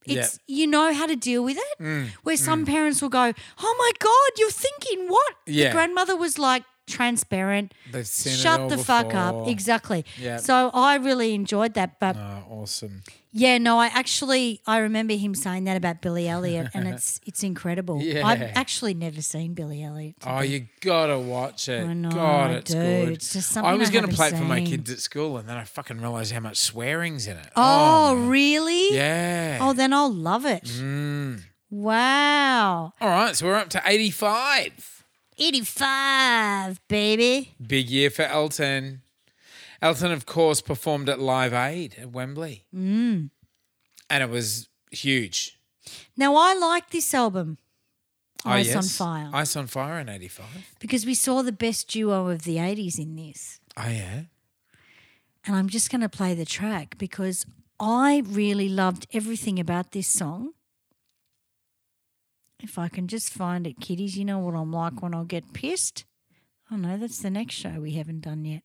[SPEAKER 6] Yeah. Mm,
[SPEAKER 4] It's you know how to deal with it. Where some parents will go, "Oh my god, you're thinking what?"
[SPEAKER 6] Yeah.
[SPEAKER 4] The grandmother was like transparent.
[SPEAKER 6] They've seen it
[SPEAKER 4] Shut
[SPEAKER 6] all
[SPEAKER 4] the fuck up.
[SPEAKER 6] before.
[SPEAKER 4] Exactly.
[SPEAKER 6] Yeah.
[SPEAKER 4] So I really enjoyed that, but
[SPEAKER 6] Oh, awesome.
[SPEAKER 4] yeah, no, I actually I remember him saying that about Billy Elliot, and it's it's incredible.
[SPEAKER 6] Yeah.
[SPEAKER 4] I've actually never seen Billy Elliot.
[SPEAKER 6] Oh, you gotta watch it.
[SPEAKER 4] I know,
[SPEAKER 6] God,
[SPEAKER 4] I
[SPEAKER 6] it's
[SPEAKER 4] do.
[SPEAKER 6] good.
[SPEAKER 4] It's just
[SPEAKER 6] I
[SPEAKER 4] something
[SPEAKER 6] was
[SPEAKER 4] I
[SPEAKER 6] gonna
[SPEAKER 4] haven't
[SPEAKER 6] play it for my
[SPEAKER 4] seen.
[SPEAKER 6] kids at school, and then I fucking realized how much swearing's in it.
[SPEAKER 4] oh,
[SPEAKER 6] man.
[SPEAKER 4] really?
[SPEAKER 6] yeah.
[SPEAKER 4] Oh, then I'll love it.
[SPEAKER 6] Mm.
[SPEAKER 4] Wow.
[SPEAKER 6] All right, so we're up to eighty-five.
[SPEAKER 4] 85, baby.
[SPEAKER 6] Big year for Elton. Elton, of course, performed at Live Aid at Wembley, mm. and it was huge.
[SPEAKER 4] Now, I like this album,
[SPEAKER 6] Oh,
[SPEAKER 4] Ice on
[SPEAKER 6] yes.
[SPEAKER 4] Fire,
[SPEAKER 6] Ice on Fire in '85.
[SPEAKER 4] because we saw the best duo of the 80s in this.
[SPEAKER 6] Oh yeah.
[SPEAKER 4] And I'm just going to play the track because I really loved everything about this song. If I can just find it, kiddies, you know what I'm like when I get pissed. Oh no, that's the next show we haven't done yet.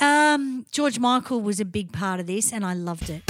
[SPEAKER 4] Um, George Michael was a big part of this, and I loved it.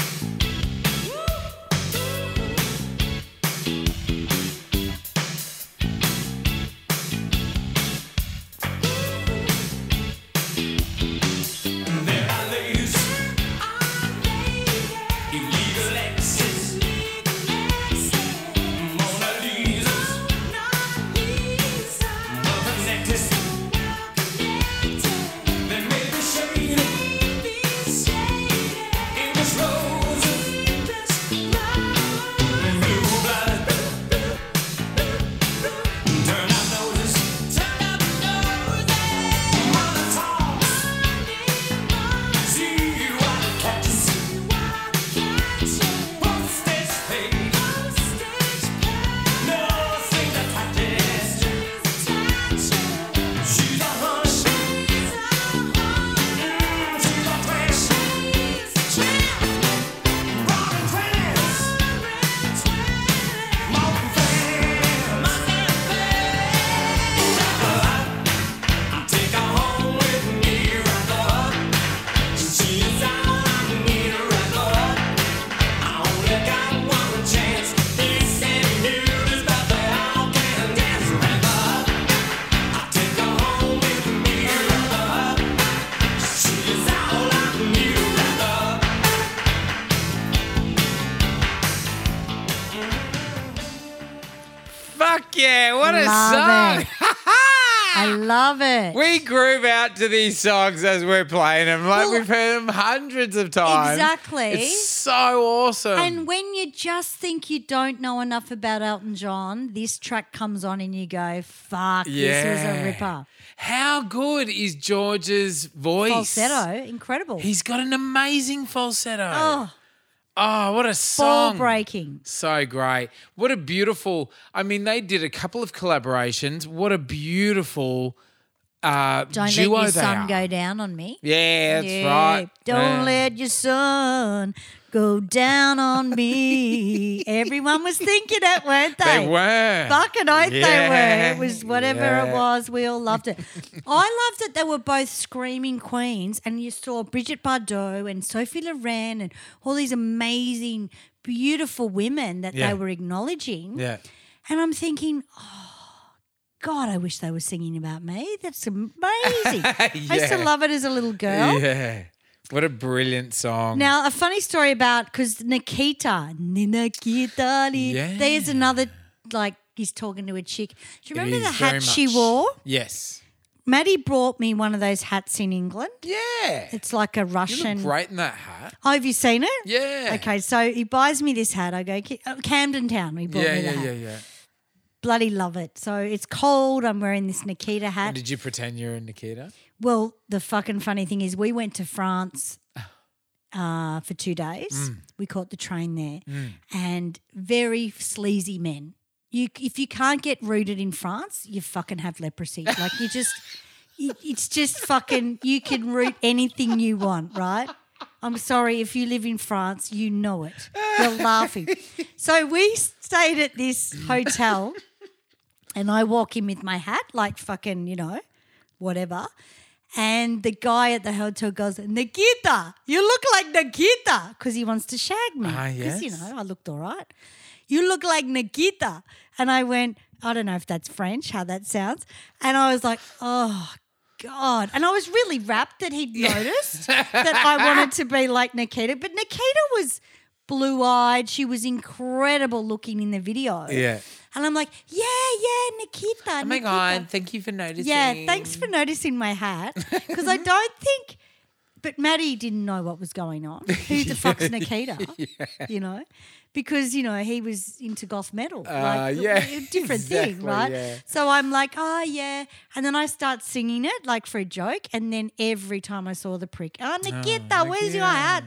[SPEAKER 6] Fuck yeah! What a
[SPEAKER 4] Love
[SPEAKER 6] song.
[SPEAKER 4] I love it.
[SPEAKER 6] We groove out to these songs as we're playing them. Like
[SPEAKER 4] Well-
[SPEAKER 6] we've heard them hundreds of times.
[SPEAKER 4] Exactly.
[SPEAKER 6] It's so awesome.
[SPEAKER 4] And when you just think you don't know enough about Elton John, this track comes on and you go, fuck, this was
[SPEAKER 6] Yeah.
[SPEAKER 4] a ripper.
[SPEAKER 6] How good is George's voice?
[SPEAKER 4] Falsetto, incredible.
[SPEAKER 6] He's got an amazing falsetto.
[SPEAKER 4] oh,
[SPEAKER 6] Oh, what a
[SPEAKER 4] ball
[SPEAKER 6] song.
[SPEAKER 4] breaking.
[SPEAKER 6] So great. What a beautiful. I mean, they did a couple of collaborations. What a beautiful uh,
[SPEAKER 4] Don't
[SPEAKER 6] duo
[SPEAKER 4] let your
[SPEAKER 6] they
[SPEAKER 4] sun
[SPEAKER 6] are.
[SPEAKER 4] go down on me.
[SPEAKER 6] Yeah, that's
[SPEAKER 4] Yeah.
[SPEAKER 6] right.
[SPEAKER 4] Don't
[SPEAKER 6] Yeah.
[SPEAKER 4] let your sun Go down on me. Everyone was thinking it, weren't they?
[SPEAKER 6] They were.
[SPEAKER 4] Fucking oath
[SPEAKER 6] Yeah,
[SPEAKER 4] they were. It was whatever it
[SPEAKER 6] yeah.
[SPEAKER 4] was. We all loved it. I loved that they were both screaming queens, and you saw Bridget Bardot and Sophie Loren and all these amazing, beautiful women that
[SPEAKER 6] Yeah.
[SPEAKER 4] they were acknowledging.
[SPEAKER 6] Yeah.
[SPEAKER 4] And I'm thinking, oh, God, I wish they were singing about me. That's amazing. I used to
[SPEAKER 6] Yeah.
[SPEAKER 4] love it as a little girl.
[SPEAKER 6] Yeah. What a brilliant song.
[SPEAKER 4] Now, a funny story about because Nikita, Ni- Nikita, Ni-
[SPEAKER 6] Yeah.
[SPEAKER 4] there's another like he's talking to a chick. Do
[SPEAKER 6] It
[SPEAKER 4] you remember
[SPEAKER 6] is
[SPEAKER 4] the
[SPEAKER 6] very
[SPEAKER 4] hat she
[SPEAKER 6] much-
[SPEAKER 4] wore?
[SPEAKER 6] Yes.
[SPEAKER 4] Maddie brought me one of those hats in England.
[SPEAKER 6] Yeah.
[SPEAKER 4] It's like a
[SPEAKER 6] you look
[SPEAKER 4] Russian.
[SPEAKER 6] great in that hat.
[SPEAKER 4] Oh, have you seen it?
[SPEAKER 6] Yeah.
[SPEAKER 4] Okay, so he buys me this hat. I go "Ki- oh, Camden Town. He brought
[SPEAKER 6] Yeah,
[SPEAKER 4] me the
[SPEAKER 6] yeah,
[SPEAKER 4] hat.
[SPEAKER 6] yeah, yeah.
[SPEAKER 4] Bloody love it. So it's cold. I'm wearing this Nikita
[SPEAKER 6] And
[SPEAKER 4] hat.
[SPEAKER 6] did you pretend you were in Nikita?
[SPEAKER 4] Well, the fucking funny thing is, we went to France uh, for two days. We caught the train there, and very sleazy men. You, if you can't get rooted in France, you fucking have leprosy. Like you just, you- it's just fucking. You can root anything you want, right? I'm sorry if you live in France, you know it. You're laughing. So we stayed at this hotel, and I walk in with my hat, like fucking, you know whatever. And the guy at the hotel goes, Nikita, you look like Nikita, because he wants to shag me.
[SPEAKER 6] Ah,
[SPEAKER 4] Because, you
[SPEAKER 6] yes.
[SPEAKER 4] know, I looked all right. You look like Nikita. And I went, I don't know if that's French, how that sounds. And I was like, oh, God. And I was really rapt that he'd noticed that I wanted to be like Nikita. But Nikita was blue eyed. She was incredible looking in the video.
[SPEAKER 6] Yeah.
[SPEAKER 4] And I'm like, yeah, yeah, Nikita.
[SPEAKER 6] Oh my God. Thank you for noticing.
[SPEAKER 4] Yeah, thanks for noticing my hat because I don't think. But Maddie didn't know what was going on. Who the fuck's Nikita? You know, because you know he was into goth metal. like,
[SPEAKER 6] Ah, yeah,
[SPEAKER 4] a different thing,
[SPEAKER 6] exactly,
[SPEAKER 4] right?
[SPEAKER 6] yeah.
[SPEAKER 4] So I'm like, oh yeah, and then I start singing it like for a joke, and then every time I saw the prick,
[SPEAKER 6] Ah,
[SPEAKER 4] oh Nikita, where's your hat?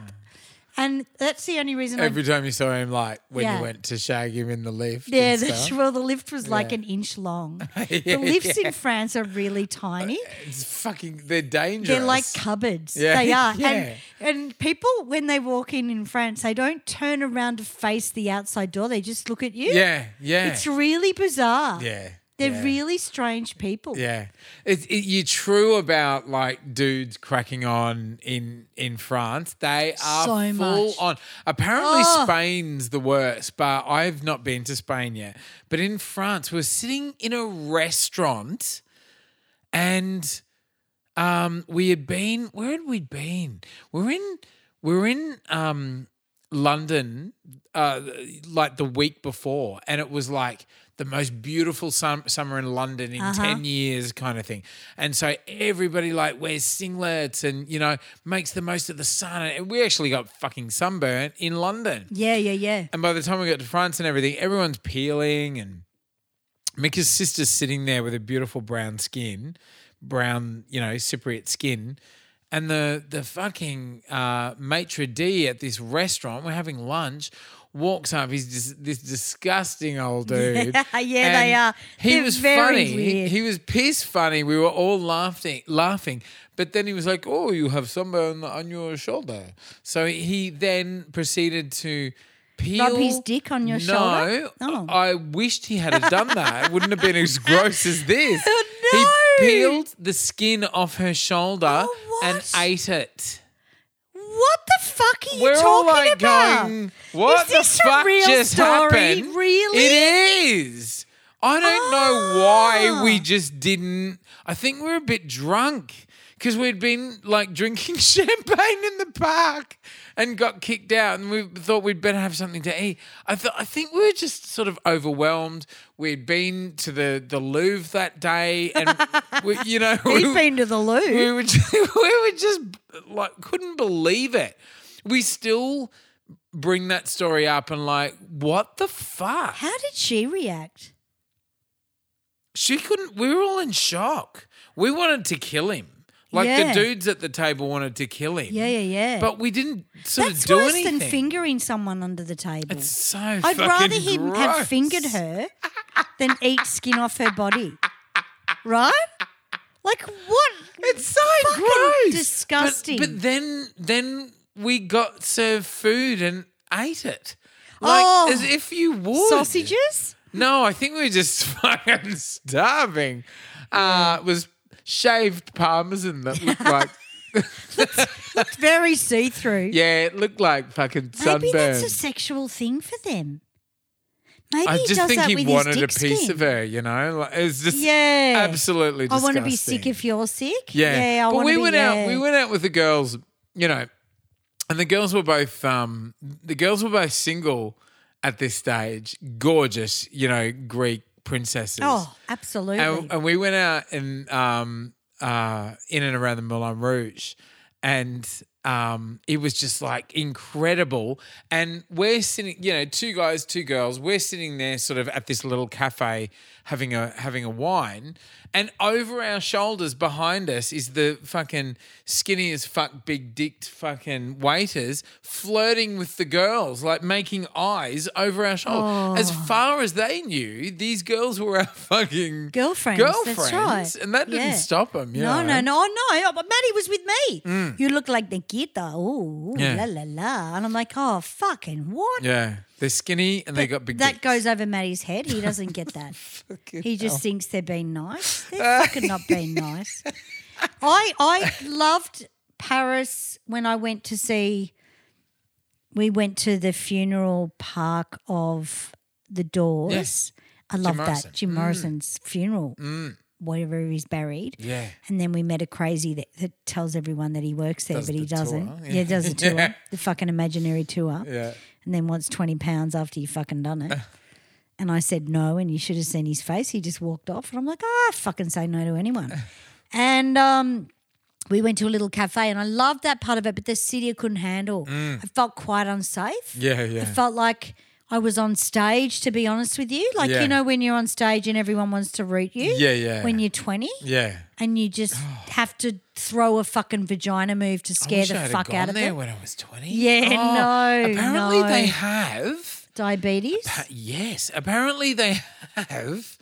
[SPEAKER 4] And that's the only reason. I,
[SPEAKER 6] Every time you saw him, like when
[SPEAKER 4] Yeah.
[SPEAKER 6] you went to shag him in the lift.
[SPEAKER 4] yeah,
[SPEAKER 6] and
[SPEAKER 4] that's,
[SPEAKER 6] stuff.
[SPEAKER 4] well, the lift was like
[SPEAKER 6] Yeah.
[SPEAKER 4] an inch long.
[SPEAKER 6] Yeah,
[SPEAKER 4] the lifts in France are really tiny.
[SPEAKER 6] It's fucking. They're dangerous.
[SPEAKER 4] They're like cupboards.
[SPEAKER 6] Yeah.
[SPEAKER 4] They are.
[SPEAKER 6] Yeah.
[SPEAKER 4] And, and people, when they walk in in France, they don't turn around to face the outside door. They just look at you.
[SPEAKER 6] Yeah, yeah,
[SPEAKER 4] It's really bizarre.
[SPEAKER 6] yeah.
[SPEAKER 4] They're
[SPEAKER 6] yeah.
[SPEAKER 4] really strange people.
[SPEAKER 6] Yeah, it's it, you're true about like dudes cracking on in in France. They are
[SPEAKER 4] So
[SPEAKER 6] full
[SPEAKER 4] much.
[SPEAKER 6] on. Apparently,
[SPEAKER 4] Oh.
[SPEAKER 6] Spain's the worst, but I've not been to Spain yet. But in France, we're sitting in a restaurant, and um, we had been where had we been? We're in we're in um London uh like the week before and it was like the most beautiful sum- summer in London in 10 years kind of thing. And so everybody like wears singlets and you know makes the most of the sun and we actually got fucking sunburnt in London.
[SPEAKER 4] Yeah, yeah, yeah.
[SPEAKER 6] And by the time we got to France and everything, everyone's peeling and Mika's sister's sitting there with a beautiful brown skin, brown, you know, Cypriot skin. And the the fucking uh, maitre d at this restaurant, we're having lunch, walks up. He's dis- this disgusting old dude.
[SPEAKER 4] Yeah, they
[SPEAKER 6] And
[SPEAKER 4] are.
[SPEAKER 6] He
[SPEAKER 4] They're
[SPEAKER 6] was
[SPEAKER 4] very
[SPEAKER 6] funny. He-
[SPEAKER 4] weird.
[SPEAKER 6] he was piss funny. We were all laughing, laughing. But then he was like, "Oh, you have sunburn on your shoulder." So he then proceeded to peel
[SPEAKER 4] Rub his dick on your
[SPEAKER 6] no,
[SPEAKER 4] shoulder? Oh.
[SPEAKER 6] I wished he had have done that. It wouldn't have been as gross as this. He
[SPEAKER 4] no.
[SPEAKER 6] peeled the skin off her shoulder
[SPEAKER 4] Oh,
[SPEAKER 6] and
[SPEAKER 4] what?
[SPEAKER 6] ate it.
[SPEAKER 4] What the fuck are you
[SPEAKER 6] We're
[SPEAKER 4] talking
[SPEAKER 6] all like
[SPEAKER 4] about?
[SPEAKER 6] going, "What
[SPEAKER 4] Is this
[SPEAKER 6] the
[SPEAKER 4] a
[SPEAKER 6] fuck
[SPEAKER 4] real
[SPEAKER 6] just
[SPEAKER 4] story?
[SPEAKER 6] happened?"
[SPEAKER 4] Really?
[SPEAKER 6] It is. I don't know
[SPEAKER 4] Ah.
[SPEAKER 6] why we just didn't. I think we were a bit drunk because we'd been like drinking champagne in the park and got kicked out, and we thought we'd better have something to eat. I thought I think we were just sort of overwhelmed. We'd been to the the Louvre that day, and we, you know
[SPEAKER 4] He'd
[SPEAKER 6] we-
[SPEAKER 4] been to the loo.
[SPEAKER 6] we were just, we were just like couldn't believe it. We still bring that story up and like, what the fuck?
[SPEAKER 4] How did she react?
[SPEAKER 6] She couldn't. We were all in shock. We wanted to kill him. Like
[SPEAKER 4] Yeah.
[SPEAKER 6] the dudes at the table wanted to kill him.
[SPEAKER 4] Yeah, yeah, yeah.
[SPEAKER 6] But we didn't sort
[SPEAKER 4] That's
[SPEAKER 6] of do
[SPEAKER 4] worse
[SPEAKER 6] anything.
[SPEAKER 4] than fingering someone under the table.
[SPEAKER 6] It's so.
[SPEAKER 4] I'd rather
[SPEAKER 6] fucking
[SPEAKER 4] him have
[SPEAKER 6] gross.
[SPEAKER 4] fingered her than eat skin off her body. Right? Like what?
[SPEAKER 6] It's so
[SPEAKER 4] Fucking
[SPEAKER 6] gross, But-
[SPEAKER 4] disgusting.
[SPEAKER 6] But, then, then we got served food and ate it. Like
[SPEAKER 4] Oh.
[SPEAKER 6] as if you would
[SPEAKER 4] Sausages?
[SPEAKER 6] No, I think we were just fucking starving. Uh, it was shaved parmesan that looked like
[SPEAKER 4] It's very see through.
[SPEAKER 6] yeah, it looked like fucking
[SPEAKER 4] Maybe
[SPEAKER 6] sunburn.
[SPEAKER 4] that's a sexual thing for them. Maybe
[SPEAKER 6] I
[SPEAKER 4] he
[SPEAKER 6] just
[SPEAKER 4] does
[SPEAKER 6] think
[SPEAKER 4] that
[SPEAKER 6] he
[SPEAKER 4] with
[SPEAKER 6] wanted
[SPEAKER 4] his
[SPEAKER 6] a
[SPEAKER 4] dick
[SPEAKER 6] piece
[SPEAKER 4] skin.
[SPEAKER 6] of her, you know. Like, it's just
[SPEAKER 4] Yeah.
[SPEAKER 6] absolutely.
[SPEAKER 4] I
[SPEAKER 6] Disgusting.
[SPEAKER 4] want to be sick if you're sick.
[SPEAKER 6] Yeah,
[SPEAKER 4] I
[SPEAKER 6] but
[SPEAKER 4] want
[SPEAKER 6] we
[SPEAKER 4] to be,
[SPEAKER 6] went
[SPEAKER 4] yeah.
[SPEAKER 6] out. We went out with the girls. You know, and the girls were both. Um, the girls were both single at this stage. Gorgeous, you know, Greek princesses.
[SPEAKER 4] Oh, absolutely.
[SPEAKER 6] And, uh, and we went out and um, uh, in and around the Moulin Rouge, and um, it was just like incredible. And we're sitting, you know, two guys, two girls. We're sitting there, sort of at this little cafe, having a having a wine, and over our shoulders, behind us, is the fucking skinny as fuck, big dicked fucking waiters flirting with the girls, like making eyes over our shoulder. As far as they knew, these girls were our fucking
[SPEAKER 4] girlfriends. That's
[SPEAKER 6] girlfriends,
[SPEAKER 4] right.
[SPEAKER 6] and that didn't
[SPEAKER 4] Yeah.
[SPEAKER 6] stop them. You
[SPEAKER 4] No,
[SPEAKER 6] know?
[SPEAKER 4] no, no, no. Oh, But Maddie was with me. You look like Nikita. Oh,
[SPEAKER 6] Yeah.
[SPEAKER 4] la la la. And I'm like, oh, fucking what?
[SPEAKER 6] Yeah, they're skinny and they got big.
[SPEAKER 4] That
[SPEAKER 6] dicks.
[SPEAKER 4] goes over Maddie's head. He doesn't get that. he just thinks they're being nice. They're fucking not being nice. I I loved Paris when I went to see. We went to the funeral park of the Doors.
[SPEAKER 6] Yes.
[SPEAKER 4] I love
[SPEAKER 6] Morrison. Mm.
[SPEAKER 4] that Jim Morrison's funeral, wherever he's buried.
[SPEAKER 6] Yeah.
[SPEAKER 4] And then we met a crazy that, that tells everyone that he works there,
[SPEAKER 6] Does
[SPEAKER 4] but he
[SPEAKER 6] the tour,
[SPEAKER 4] doesn't.
[SPEAKER 6] yeah.
[SPEAKER 4] Yeah, does a tour,
[SPEAKER 6] Yeah.
[SPEAKER 4] the fucking imaginary tour
[SPEAKER 6] Yeah.
[SPEAKER 4] and then wants 20 pounds after you fucking done it. and I said no, and you should have seen his face. He just walked off, and I'm like, ah, fucking say no to anyone. and um, we went to a little cafe, and I loved that part of it, but the city I couldn't handle. I felt quite unsafe.
[SPEAKER 6] Mm. Yeah, yeah.
[SPEAKER 4] I felt like I was on stage, to be honest with you. Like,
[SPEAKER 6] Yeah.
[SPEAKER 4] you know, when you're on stage and everyone wants to root you.
[SPEAKER 6] Yeah, yeah.
[SPEAKER 4] When you're 20
[SPEAKER 6] Yeah. Oh.
[SPEAKER 4] and you just have to throw a fucking vagina move to
[SPEAKER 6] I
[SPEAKER 4] scare
[SPEAKER 6] wish
[SPEAKER 4] the
[SPEAKER 6] I had
[SPEAKER 4] fuck
[SPEAKER 6] gone
[SPEAKER 4] out of
[SPEAKER 6] there
[SPEAKER 4] it.
[SPEAKER 6] when I was twenty. Oh,
[SPEAKER 4] Yeah, no,
[SPEAKER 6] Apparently
[SPEAKER 4] no.
[SPEAKER 6] they have.
[SPEAKER 4] Diabetes.
[SPEAKER 6] Yes, apparently they have.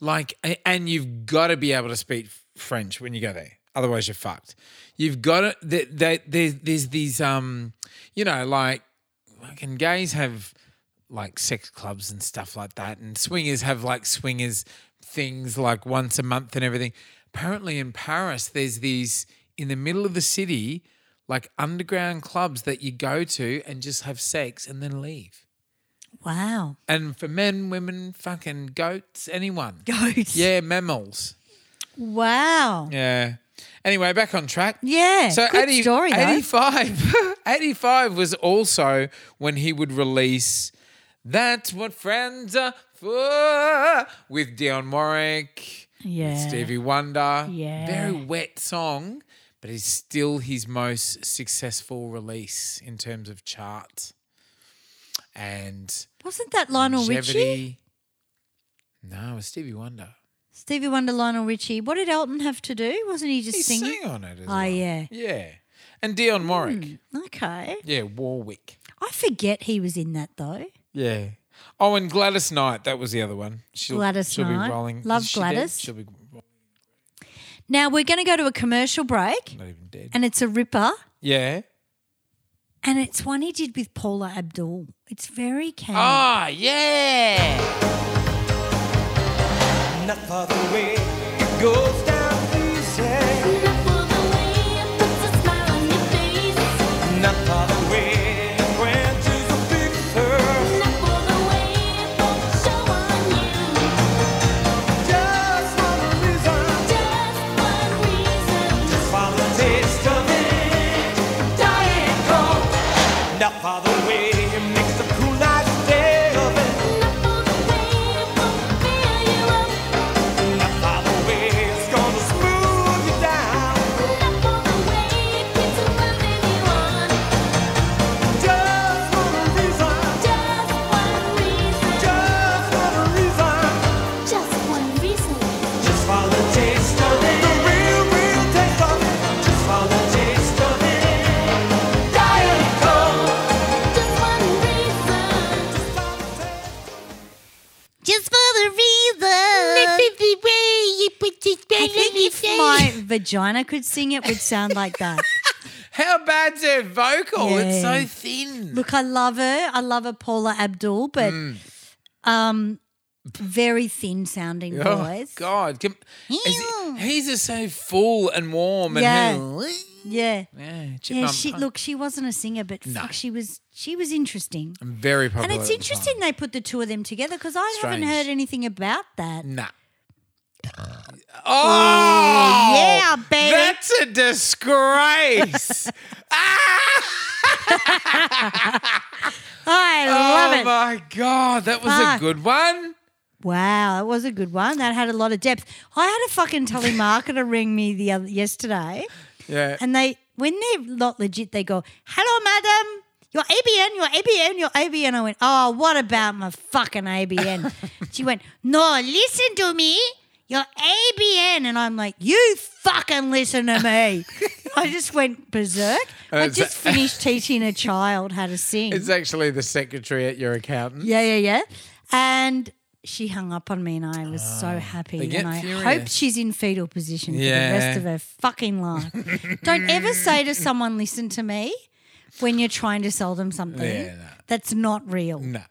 [SPEAKER 6] Like, a- and you've got to be able to speak French when you go there. Otherwise, you're fucked. You've got to. They, they, there's, there's these, um, you know, like, fucking gays have like sex clubs and stuff like that, and swingers have like swingers things like once a month and everything. Apparently, in Paris, there's these in the middle of the city, like underground clubs that you go to and just have sex and then leave.
[SPEAKER 4] Wow.
[SPEAKER 6] And for men, women, fucking goats, anyone.
[SPEAKER 4] Goats.
[SPEAKER 6] Yeah, mammals.
[SPEAKER 4] Wow.
[SPEAKER 6] Yeah. Anyway, back on track.
[SPEAKER 4] Yeah.
[SPEAKER 6] So
[SPEAKER 4] good
[SPEAKER 6] 80
[SPEAKER 4] story though.
[SPEAKER 6] 85, 85 was also when he would release That's What Friends Are For with Dionne Warwick, with
[SPEAKER 4] Yeah.
[SPEAKER 6] Stevie Wonder.
[SPEAKER 4] Yeah.
[SPEAKER 6] Very wet song, but it's still his most successful release in terms of charts. And
[SPEAKER 4] Wasn't that Lionel Richie?
[SPEAKER 6] longevity. No, it was Stevie Wonder.
[SPEAKER 4] Stevie Wonder, Lionel Richie. What did Elton have to do? Wasn't he just
[SPEAKER 6] He
[SPEAKER 4] singing?
[SPEAKER 6] sang on it as
[SPEAKER 4] Oh,
[SPEAKER 6] well.
[SPEAKER 4] yeah. Hmm.
[SPEAKER 6] Yeah. And Dion Warwick.
[SPEAKER 4] Okay.
[SPEAKER 6] Yeah, Warwick.
[SPEAKER 4] I forget he was in that though.
[SPEAKER 6] Yeah. Oh, and Gladys Knight. That was the other one. She'll,
[SPEAKER 4] Gladys
[SPEAKER 6] she'll
[SPEAKER 4] Knight.
[SPEAKER 6] Be rolling.
[SPEAKER 4] Love
[SPEAKER 6] Is she dead?
[SPEAKER 4] Gladys.
[SPEAKER 6] She'll be
[SPEAKER 4] Now we're going to go to a commercial break,
[SPEAKER 6] not even dead.
[SPEAKER 4] and it's a ripper,
[SPEAKER 6] yeah.
[SPEAKER 4] and it's one he did with Paula Abdul. It's very catchy.
[SPEAKER 6] Ah, yeah.
[SPEAKER 7] Not far the way it goes down easy. Not far the way it branches a big curve. Just for the reason, just for the taste of it. Diet Coke. Not far the way it makes the cool night stay of it. Not far the way it's gonna smooth you down. Just for the reason, just for the reason.
[SPEAKER 8] Just one reason.
[SPEAKER 7] Just for the taste of it. The real, real taste of it. Just for the taste of it. Diet Coke.
[SPEAKER 8] Just one reason.
[SPEAKER 7] Just for the taste.
[SPEAKER 4] Just for the reason. I think if my vagina could sing, it would sound like that.
[SPEAKER 6] How bad's her vocal? It's
[SPEAKER 4] Yeah.
[SPEAKER 6] so thin.
[SPEAKER 4] Look, I love her. I love her, Paula Abdul, but
[SPEAKER 6] Mm.
[SPEAKER 4] um, very thin sounding
[SPEAKER 6] Oh,
[SPEAKER 4] voice.
[SPEAKER 6] God. Can- is
[SPEAKER 4] Ew.
[SPEAKER 6] it- he's just so full and warm.
[SPEAKER 4] Yeah.
[SPEAKER 6] And
[SPEAKER 4] Yeah.
[SPEAKER 6] yeah,
[SPEAKER 4] Yeah,
[SPEAKER 6] chipmunk.
[SPEAKER 4] she, look, she wasn't a singer, but fuck, she was she was interesting.
[SPEAKER 6] Very popular.
[SPEAKER 4] And it's
[SPEAKER 6] at the time.
[SPEAKER 4] interesting they put the two of them together because I haven't
[SPEAKER 6] Strange.
[SPEAKER 4] heard anything about that.
[SPEAKER 6] Nah. Oh,
[SPEAKER 4] yeah, baby.
[SPEAKER 6] That's a disgrace. ah,
[SPEAKER 4] I
[SPEAKER 6] oh,
[SPEAKER 4] love it.
[SPEAKER 6] my God. That was
[SPEAKER 4] Fuck.
[SPEAKER 6] a good one.
[SPEAKER 4] Wow, that was a good one. That had a lot of depth. I had a fucking telemarketer ring me the other yesterday,
[SPEAKER 6] Yeah.
[SPEAKER 4] and they when they're not legit, they go, "Hello, madam." Your ABN, your ABN, your ABN. I went, oh, what about my fucking ABN? she went, no, listen to me. Your ABN. And I'm like, you fucking listen to me. I just went berserk. I
[SPEAKER 6] Uh, Is
[SPEAKER 4] just
[SPEAKER 6] that-
[SPEAKER 4] finished teaching a child how to sing.
[SPEAKER 6] It's actually the secretary at your accountant.
[SPEAKER 4] Yeah, yeah, yeah. And she hung up on me, and I was so
[SPEAKER 6] Ah. they
[SPEAKER 4] happy.
[SPEAKER 6] get
[SPEAKER 4] And I
[SPEAKER 6] furious.
[SPEAKER 4] hope she's in fetal position
[SPEAKER 6] Yeah.
[SPEAKER 4] for the rest of her fucking life. Don't ever say to someone, "Listen to me," when you're trying to sell them something
[SPEAKER 6] Yeah, no.
[SPEAKER 4] that's not real.
[SPEAKER 6] No,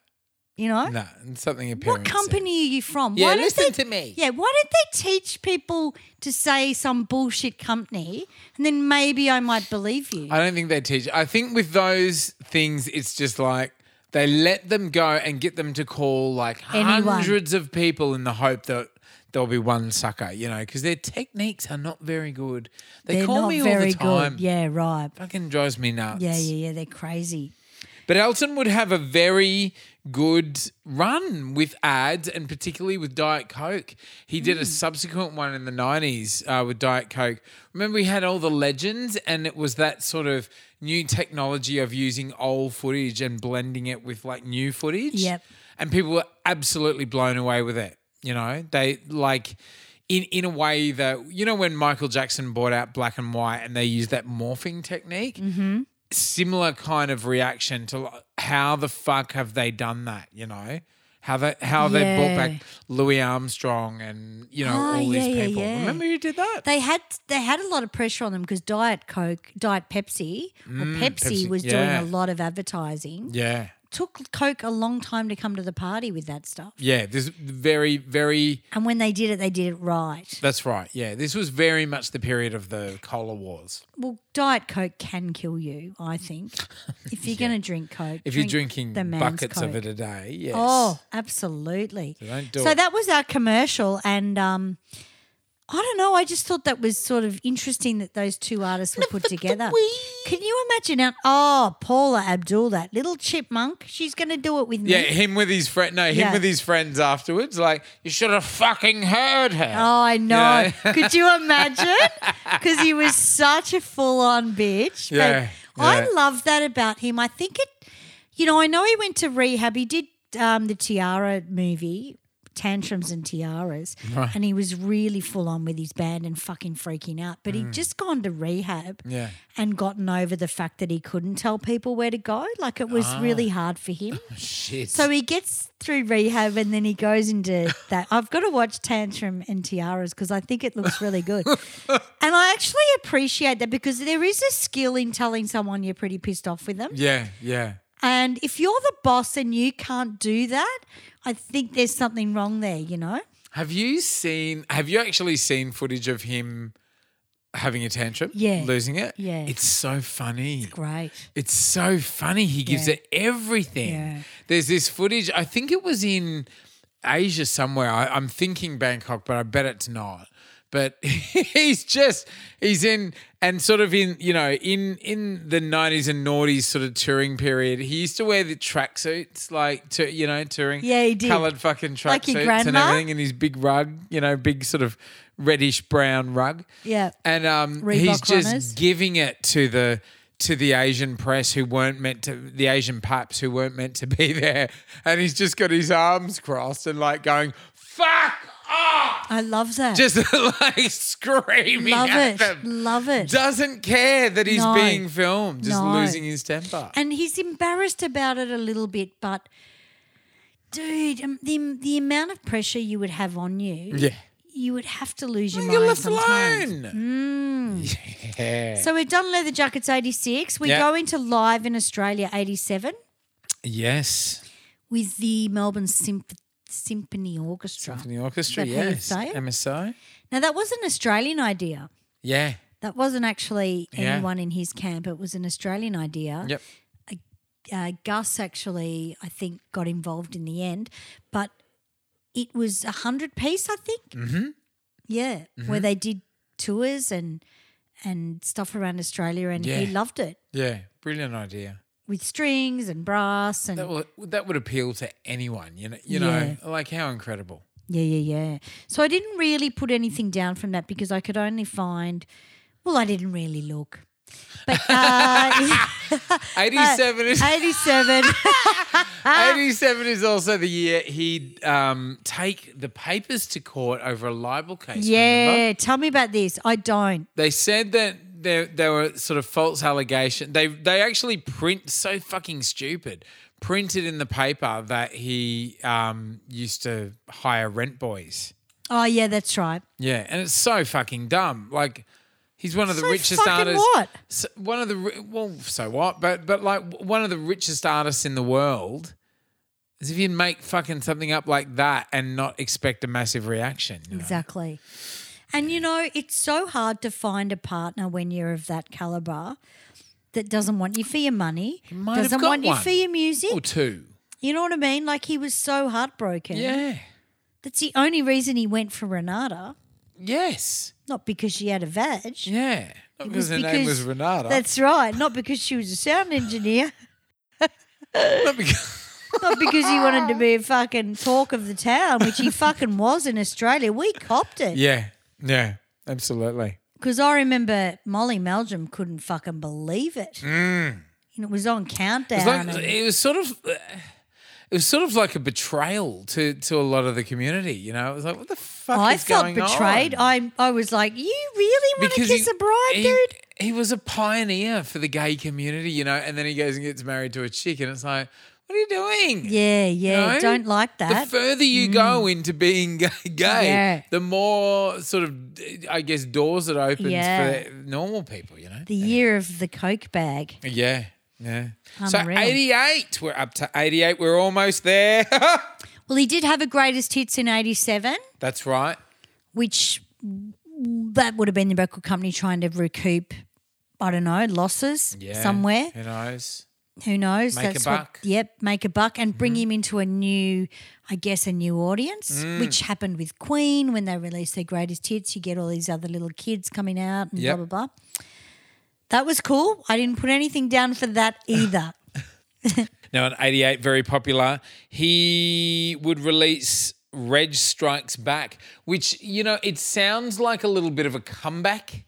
[SPEAKER 4] You know.
[SPEAKER 6] no. It's something your
[SPEAKER 4] What
[SPEAKER 6] parents said.
[SPEAKER 4] company are you from?
[SPEAKER 6] Yeah,
[SPEAKER 4] don't
[SPEAKER 6] listen
[SPEAKER 4] they-
[SPEAKER 6] to me.
[SPEAKER 4] Yeah, why don't they teach people to say some bullshit company, and then maybe I might believe you.
[SPEAKER 6] I don't think they teach. I think with those things, it's just like they let them go and get them to call like
[SPEAKER 4] Anyone.
[SPEAKER 6] hundreds of people in the hope that there'll be one sucker, you know, because their techniques are not very good. They
[SPEAKER 4] They're
[SPEAKER 6] call
[SPEAKER 4] not
[SPEAKER 6] me all
[SPEAKER 4] very
[SPEAKER 6] the time.
[SPEAKER 4] good. Yeah, right.
[SPEAKER 6] Fucking drives me nuts.
[SPEAKER 4] Yeah, yeah, yeah. They're crazy.
[SPEAKER 6] But Elton would have a very good run with ads and particularly with Diet Coke. He did a subsequent one in the 90s uh, with Diet Coke. Remember, we had all the legends, and it was that sort of new technology of using old footage and blending it with like new footage.
[SPEAKER 4] Yep.
[SPEAKER 6] And people were absolutely blown away with it. You know, they like. In, in a way that you know when Michael Jackson brought out black and white and they used that morphing technique, similar kind of reaction to like, how the fuck have they done that? You know how they how they brought
[SPEAKER 4] Yeah.
[SPEAKER 6] back Louis Armstrong and you know
[SPEAKER 4] Ah,
[SPEAKER 6] all these
[SPEAKER 4] yeah, yeah,
[SPEAKER 6] people.
[SPEAKER 4] yeah.
[SPEAKER 6] Remember who did that?
[SPEAKER 4] they had they had a lot of pressure on them because Diet Coke, Diet Pepsi, or Pepsi,
[SPEAKER 6] Mm, Pepsi,
[SPEAKER 4] was
[SPEAKER 6] yeah.
[SPEAKER 4] doing a lot of advertising.
[SPEAKER 6] yeah,
[SPEAKER 4] Took Coke a long time to come to the party with that stuff.
[SPEAKER 6] yeah. This very very.
[SPEAKER 4] And when they did it, they did it right.
[SPEAKER 6] That's right. Yeah, this was very much the period of the cola wars.
[SPEAKER 4] Well, Diet Coke can kill you, I think. If you're going to drink Coke,
[SPEAKER 6] If you're drinking
[SPEAKER 4] the man's
[SPEAKER 6] buckets of
[SPEAKER 4] Coke.
[SPEAKER 6] it a day, yes.
[SPEAKER 4] Oh, absolutely. So,
[SPEAKER 6] don't do it.
[SPEAKER 4] that was our commercial, and um, I don't know. I just thought that was sort of interesting that those two artists were put together. Can you imagine? How, oh, Paula Abdul, that little chipmunk, she's going to do it with
[SPEAKER 6] Yeah,
[SPEAKER 4] me.
[SPEAKER 6] him with his friend. No, him
[SPEAKER 4] Yeah.
[SPEAKER 6] with his friends afterwards. Like you should have fucking heard her.
[SPEAKER 4] Oh, I know.
[SPEAKER 6] You know?
[SPEAKER 4] Could you imagine? Because he was such a full on bitch. But
[SPEAKER 6] Yeah,
[SPEAKER 4] I
[SPEAKER 6] yeah.
[SPEAKER 4] love that about him. I think it, you know, I know he went to rehab. He did um, the Tiara movie, Tantrums and Tiaras, and he was really full on with his band and fucking freaking out. But he'd just gone to rehab
[SPEAKER 6] Mm. Yeah.
[SPEAKER 4] and gotten over the fact that he couldn't tell people where to go. Like it
[SPEAKER 6] Ah.
[SPEAKER 4] was really hard for him.
[SPEAKER 6] Shit.
[SPEAKER 4] So he gets through rehab and then he goes into that. I've got to watch Tantrum and Tiaras because I think it looks really good. and I actually appreciate that because there is a skill in telling someone you're pretty pissed off with them.
[SPEAKER 6] yeah, yeah.
[SPEAKER 4] And if you're the boss and you can't do that, I think there's something wrong there, you know?
[SPEAKER 6] Have you seen? Have you actually seen footage of him having a tantrum?
[SPEAKER 4] Yeah.
[SPEAKER 6] losing it.
[SPEAKER 4] Yeah.
[SPEAKER 6] it's so funny.
[SPEAKER 4] Great.
[SPEAKER 6] It's so funny. He gives
[SPEAKER 4] Yeah.
[SPEAKER 6] it everything.
[SPEAKER 4] Yeah.
[SPEAKER 6] There's this footage. I think it was in Asia somewhere. I, I'm thinking Bangkok, but I bet it's not. But he's just he's in and sort of in you know in in the 90s and noughties sort of touring period. He used to wear the tracksuits like to you know touring.
[SPEAKER 4] Yeah, he did.
[SPEAKER 6] Coloured fucking tracksuits
[SPEAKER 4] Like your
[SPEAKER 6] and
[SPEAKER 4] grandma?
[SPEAKER 6] everything, and his big rug, you know, big sort of reddish brown rug.
[SPEAKER 4] Yeah.
[SPEAKER 6] and um, he's
[SPEAKER 4] Reebok
[SPEAKER 6] just
[SPEAKER 4] runners.
[SPEAKER 6] giving it to the to the Asian press who weren't meant to the Asian paps who weren't meant to be there, and he's just got his arms crossed and like going fuck off,
[SPEAKER 4] I love that.
[SPEAKER 6] just like screaming
[SPEAKER 4] love
[SPEAKER 6] at
[SPEAKER 4] it.
[SPEAKER 6] them.
[SPEAKER 4] Love it.
[SPEAKER 6] Doesn't care that he's
[SPEAKER 4] No.
[SPEAKER 6] being filmed, just
[SPEAKER 4] No.
[SPEAKER 6] losing his temper.
[SPEAKER 4] and he's embarrassed about it a little bit, but dude, um, the the amount of pressure you would have on you,
[SPEAKER 6] yeah,
[SPEAKER 4] you would have to lose your
[SPEAKER 6] You're
[SPEAKER 4] mind
[SPEAKER 6] left
[SPEAKER 4] sometimes. Mm.
[SPEAKER 6] alone. Yeah.
[SPEAKER 4] So we've done Leather Jackets 86. We
[SPEAKER 6] Yeah.
[SPEAKER 4] go into Live in Australia 87
[SPEAKER 6] yes.
[SPEAKER 4] with the Melbourne Symph- Symphony Orchestra.
[SPEAKER 6] Symphony Orchestra,
[SPEAKER 4] Is that how you
[SPEAKER 6] yes.
[SPEAKER 4] say it?
[SPEAKER 6] MSO.
[SPEAKER 4] Now, that was an Australian idea.
[SPEAKER 6] Yeah.
[SPEAKER 4] That wasn't actually
[SPEAKER 6] Yeah.
[SPEAKER 4] anyone in his camp. It was an Australian idea.
[SPEAKER 6] Yep.
[SPEAKER 4] uh, Gus actually, I think, got involved in the end, but it was a hundred piece, I think. Mm-hmm. Yeah,
[SPEAKER 6] Mm-hmm.
[SPEAKER 4] where they did tours and and stuff around Australia, and he
[SPEAKER 6] Yeah.
[SPEAKER 4] loved it
[SPEAKER 6] Yeah. Brilliant idea.
[SPEAKER 4] with strings and brass and
[SPEAKER 6] That would, that would appeal to anyone, you know, you know, like how incredible.
[SPEAKER 4] yeah, yeah, yeah. So I didn't really put anything down from that because I could only find. Well, I didn't really look, but uh,
[SPEAKER 6] 87 is
[SPEAKER 4] eighty-seven.
[SPEAKER 6] 87 is also the year he'd um, take the papers to court over a libel case. remember?
[SPEAKER 4] yeah, tell me about this. I don't.
[SPEAKER 6] They said that there, there were sort of false allegations. They, they actually print so fucking stupid. Printed in the paper that he um, used to hire rent boys.
[SPEAKER 4] Oh yeah, that's right.
[SPEAKER 6] Yeah, and it's so fucking dumb. Like he's one of the
[SPEAKER 4] So
[SPEAKER 6] richest
[SPEAKER 4] fucking
[SPEAKER 6] artists.
[SPEAKER 4] what?
[SPEAKER 6] So, one of the ri- well, so what? But but like w- one of the richest artists in the world. As if you'd make fucking something up like that and not expect a massive reaction. you know?
[SPEAKER 4] Exactly. And you know, it's so hard to find a partner when you're of that caliber that doesn't want you for your money,
[SPEAKER 6] might have
[SPEAKER 4] doesn't
[SPEAKER 6] got
[SPEAKER 4] want you for
[SPEAKER 6] one.
[SPEAKER 4] your music.
[SPEAKER 6] Or two.
[SPEAKER 4] You know what I mean? Like he was so heartbroken.
[SPEAKER 6] Yeah.
[SPEAKER 4] That's the only reason he went for Renata,
[SPEAKER 6] Yes.
[SPEAKER 4] not because she had a vag.
[SPEAKER 6] Yeah. Not
[SPEAKER 4] It was
[SPEAKER 6] because her name was Renata.
[SPEAKER 4] That's right. Not because she was a sound engineer.
[SPEAKER 6] not because.
[SPEAKER 4] Not because he wanted to be a fucking talk of the town, which he fucking was in Australia. We copped it.
[SPEAKER 6] yeah. Yeah. Absolutely.
[SPEAKER 4] Because I remember Molly Meldrum couldn't fucking believe it.
[SPEAKER 6] Mm.
[SPEAKER 4] And it was on Countdown.
[SPEAKER 6] It was, like,
[SPEAKER 4] and-
[SPEAKER 6] it was sort of. uh, It was sort of like a betrayal to, to a lot of the community, you know. It was like, what the fuck
[SPEAKER 4] I
[SPEAKER 6] is
[SPEAKER 4] felt
[SPEAKER 6] going on?
[SPEAKER 4] betrayed. I I was like, you really want to kiss a bride,
[SPEAKER 6] he,
[SPEAKER 4] dude?
[SPEAKER 6] He was a pioneer for the gay community, you know, and then he goes and gets married to a chick, and it's like, what are you doing?
[SPEAKER 4] Yeah,
[SPEAKER 6] You
[SPEAKER 4] yeah.
[SPEAKER 6] know?
[SPEAKER 4] Don't like that. Mm.
[SPEAKER 6] The further you go into being gay,
[SPEAKER 4] Yeah.
[SPEAKER 6] the more sort of, I guess, doors it opens
[SPEAKER 4] Yeah.
[SPEAKER 6] for normal people, you know.
[SPEAKER 4] the year of the Coke bag.
[SPEAKER 6] yeah. Yeah.
[SPEAKER 4] Unreal.
[SPEAKER 6] So 88, we're up to 88. We're almost there.
[SPEAKER 4] Well, he did have a greatest hits in '87,
[SPEAKER 6] That's right.
[SPEAKER 4] which that would have been the record company trying to recoup. I don't know losses
[SPEAKER 6] Yeah.
[SPEAKER 4] somewhere.
[SPEAKER 6] Who knows?
[SPEAKER 4] Who knows?
[SPEAKER 6] Make a
[SPEAKER 4] what-
[SPEAKER 6] buck. Mm-hmm.
[SPEAKER 4] yep, make a buck and bring him into a new, I guess, a new audience,
[SPEAKER 6] Mm.
[SPEAKER 4] which happened with Queen when they released their greatest hits. You get all these other little kids coming out and
[SPEAKER 6] Yep.
[SPEAKER 4] blah, blah, blah. That was cool. I didn't put anything down for that either.
[SPEAKER 6] Now, in 88, very popular. He would release Reg Strikes Back, which, you know, it sounds like a little bit of a comeback,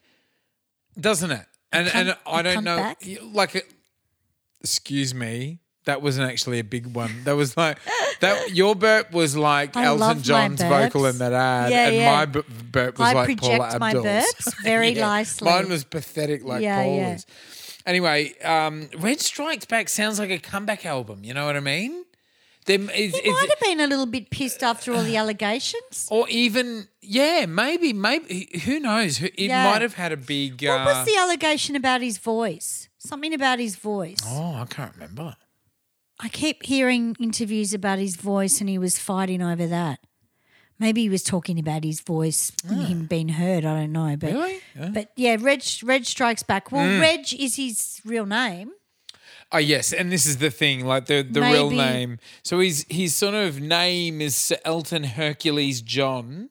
[SPEAKER 6] doesn't it? And,
[SPEAKER 4] come-
[SPEAKER 6] and I
[SPEAKER 4] a
[SPEAKER 6] don't know,
[SPEAKER 4] comeback?
[SPEAKER 6] like, a, excuse me, that wasn't actually a big one. That was like, that your burp was like
[SPEAKER 4] I love
[SPEAKER 6] Elton
[SPEAKER 4] my
[SPEAKER 6] John's vocal
[SPEAKER 4] burps.
[SPEAKER 6] in that ad,
[SPEAKER 4] Yeah,
[SPEAKER 6] and
[SPEAKER 4] yeah.
[SPEAKER 6] my bu- burp was
[SPEAKER 4] I
[SPEAKER 6] like Paula
[SPEAKER 4] project my
[SPEAKER 6] Abdul's.
[SPEAKER 4] burps very
[SPEAKER 6] Yeah.
[SPEAKER 4] nicely.
[SPEAKER 6] Mine was pathetic, like
[SPEAKER 4] Yeah,
[SPEAKER 6] Paula's.
[SPEAKER 4] yeah.
[SPEAKER 6] Anyway, um, Red Strikes Back sounds like a comeback album. You know what I mean? Them, it's,
[SPEAKER 4] He might have been a little bit pissed after all the allegations.
[SPEAKER 6] or even yeah, maybe, maybe who knows? Who- It
[SPEAKER 4] Yeah.
[SPEAKER 6] might have had a big. Uh,
[SPEAKER 4] What was the allegation about his voice? Something about his voice.
[SPEAKER 6] oh, I can't remember.
[SPEAKER 4] I keep hearing interviews about his voice and he was fighting over that. Maybe he was talking about his voice and him being heard. I don't know. But,
[SPEAKER 6] Ah. Really? Yeah. Mm.
[SPEAKER 4] But yeah, Reg, Reg strikes back. Well, Reg is his real name.
[SPEAKER 6] Oh yes, and this is the thing, like the the real
[SPEAKER 4] Maybe.
[SPEAKER 6] name. So his his sort of name is Sir Elton Hercules John,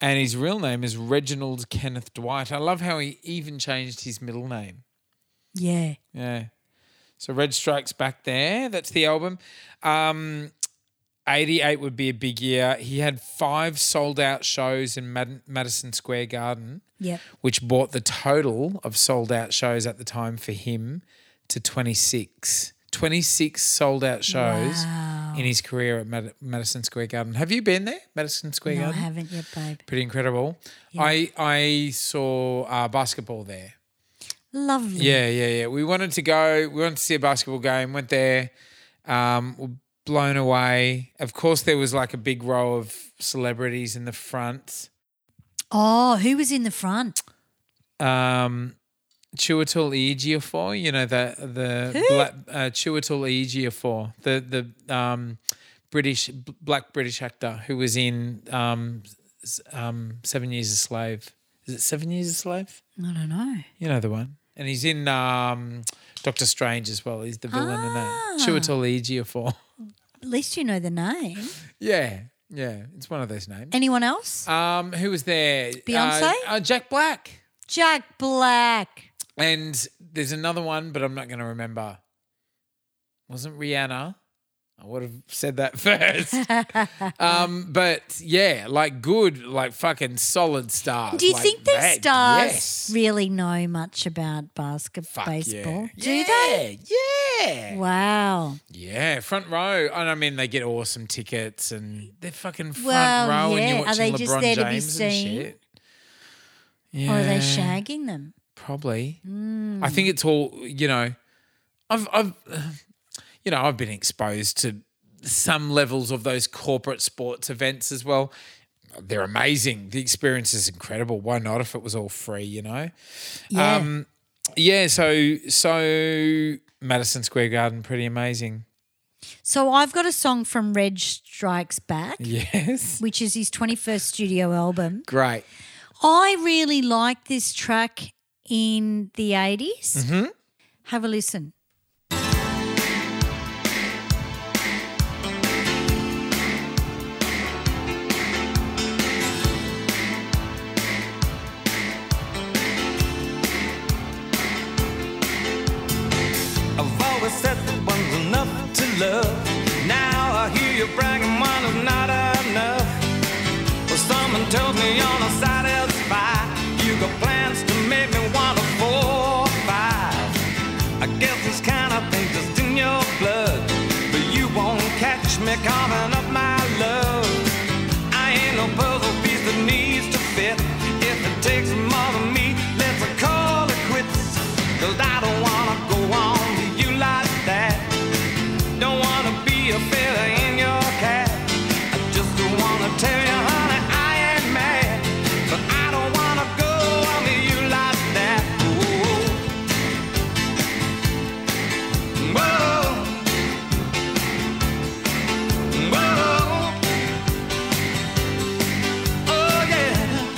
[SPEAKER 6] and his real name is Reginald Kenneth Dwight. I love how he even changed his middle name.
[SPEAKER 4] Yeah.
[SPEAKER 6] Yeah. So Red Strikes Back there. That's the album. Um, 88 would be a big year. He had five sold out shows in Mad- Madison Square Garden,
[SPEAKER 4] Yep.
[SPEAKER 6] which brought the total of sold out shows at the time for him to 26. 26 sold out shows in his career at Mad- Madison Square Garden. Have you been there, Madison Square
[SPEAKER 4] No, I
[SPEAKER 6] Garden?
[SPEAKER 4] haven't yet, babe.
[SPEAKER 6] Pretty incredible. I I saw uh, basketball there.
[SPEAKER 4] Lovely.
[SPEAKER 6] Yeah, yeah, yeah. We wanted to go. We wanted to see a basketball game. Went there. Um, were blown away. Of course, there was like a big row of celebrities in the front.
[SPEAKER 4] Oh, who was in the front?
[SPEAKER 6] um, Chiwetel Ejiofor. You know the the black, uh, Chiwetel Ejiofor, the the um, British black British actor who was in um, s- um, Seven Years a Slave. Is it Seven Years a Slave?
[SPEAKER 4] I don't know.
[SPEAKER 6] You know the one. And he's in um, Doctor Strange as well. He's the villain in that. Chiwetel Ejiofor.
[SPEAKER 4] At least you know the name.
[SPEAKER 6] yeah, yeah. It's one of those names.
[SPEAKER 4] Anyone else?
[SPEAKER 6] Um, who was there?
[SPEAKER 4] Beyonce?
[SPEAKER 6] Uh, uh, Jack Black.
[SPEAKER 4] Jack Black.
[SPEAKER 6] And there's another one, but I'm not going to remember. Wasn't Rihanna? I would have said that first. um, but yeah, like good, like fucking solid stars.
[SPEAKER 4] Do you
[SPEAKER 6] like
[SPEAKER 4] think their
[SPEAKER 6] that,
[SPEAKER 4] stars
[SPEAKER 6] yes.
[SPEAKER 4] really know much about basketball,
[SPEAKER 6] Fuck
[SPEAKER 4] baseball?
[SPEAKER 6] Yeah.
[SPEAKER 4] Do
[SPEAKER 6] yeah,
[SPEAKER 4] they?
[SPEAKER 6] Yeah.
[SPEAKER 4] Wow.
[SPEAKER 6] Yeah, front row. And I mean, they get awesome tickets and they're fucking front
[SPEAKER 4] Well,
[SPEAKER 6] row
[SPEAKER 4] yeah.
[SPEAKER 6] and
[SPEAKER 4] Are
[SPEAKER 6] you're watching
[SPEAKER 4] they
[SPEAKER 6] LeBron
[SPEAKER 4] just there to be
[SPEAKER 6] James and
[SPEAKER 4] seen?
[SPEAKER 6] shit. Yeah.
[SPEAKER 4] Or are they shagging them?
[SPEAKER 6] Probably.
[SPEAKER 4] Hmm.
[SPEAKER 6] I think it's all you know. I've I've you know I've been exposed to some levels of those corporate sports events as well. They're amazing. The experience is incredible. Why not if it was all free? You know.
[SPEAKER 4] Yeah.
[SPEAKER 6] Um, yeah. So so Madison Square Garden, pretty amazing.
[SPEAKER 4] so I've got a song from Red Strikes Back,
[SPEAKER 6] Yes.
[SPEAKER 4] which is his 21st studio album.
[SPEAKER 6] Great.
[SPEAKER 4] I really like this track in the 80s.
[SPEAKER 6] Mm-hmm.
[SPEAKER 4] Have a listen.
[SPEAKER 2] I've always said that one's enough to love. Now I hear you bragging one is not enough. Well, someone tells me you're not satisfied. You got plans to make me want a four or five. I guess this kind of thing just in your blood. But you won't catch me carving up my love. I ain't no puzzle piece that needs to fit. If it takes more than me, let's call it quits. Cause I don't wanna go on to you like that. Don't wanna be a feather in your cap. I just don't wanna tell you, honey, I ain't mad. But I don't wanna go on to you like that. Whoa. Whoa. Whoa. Oh yeah.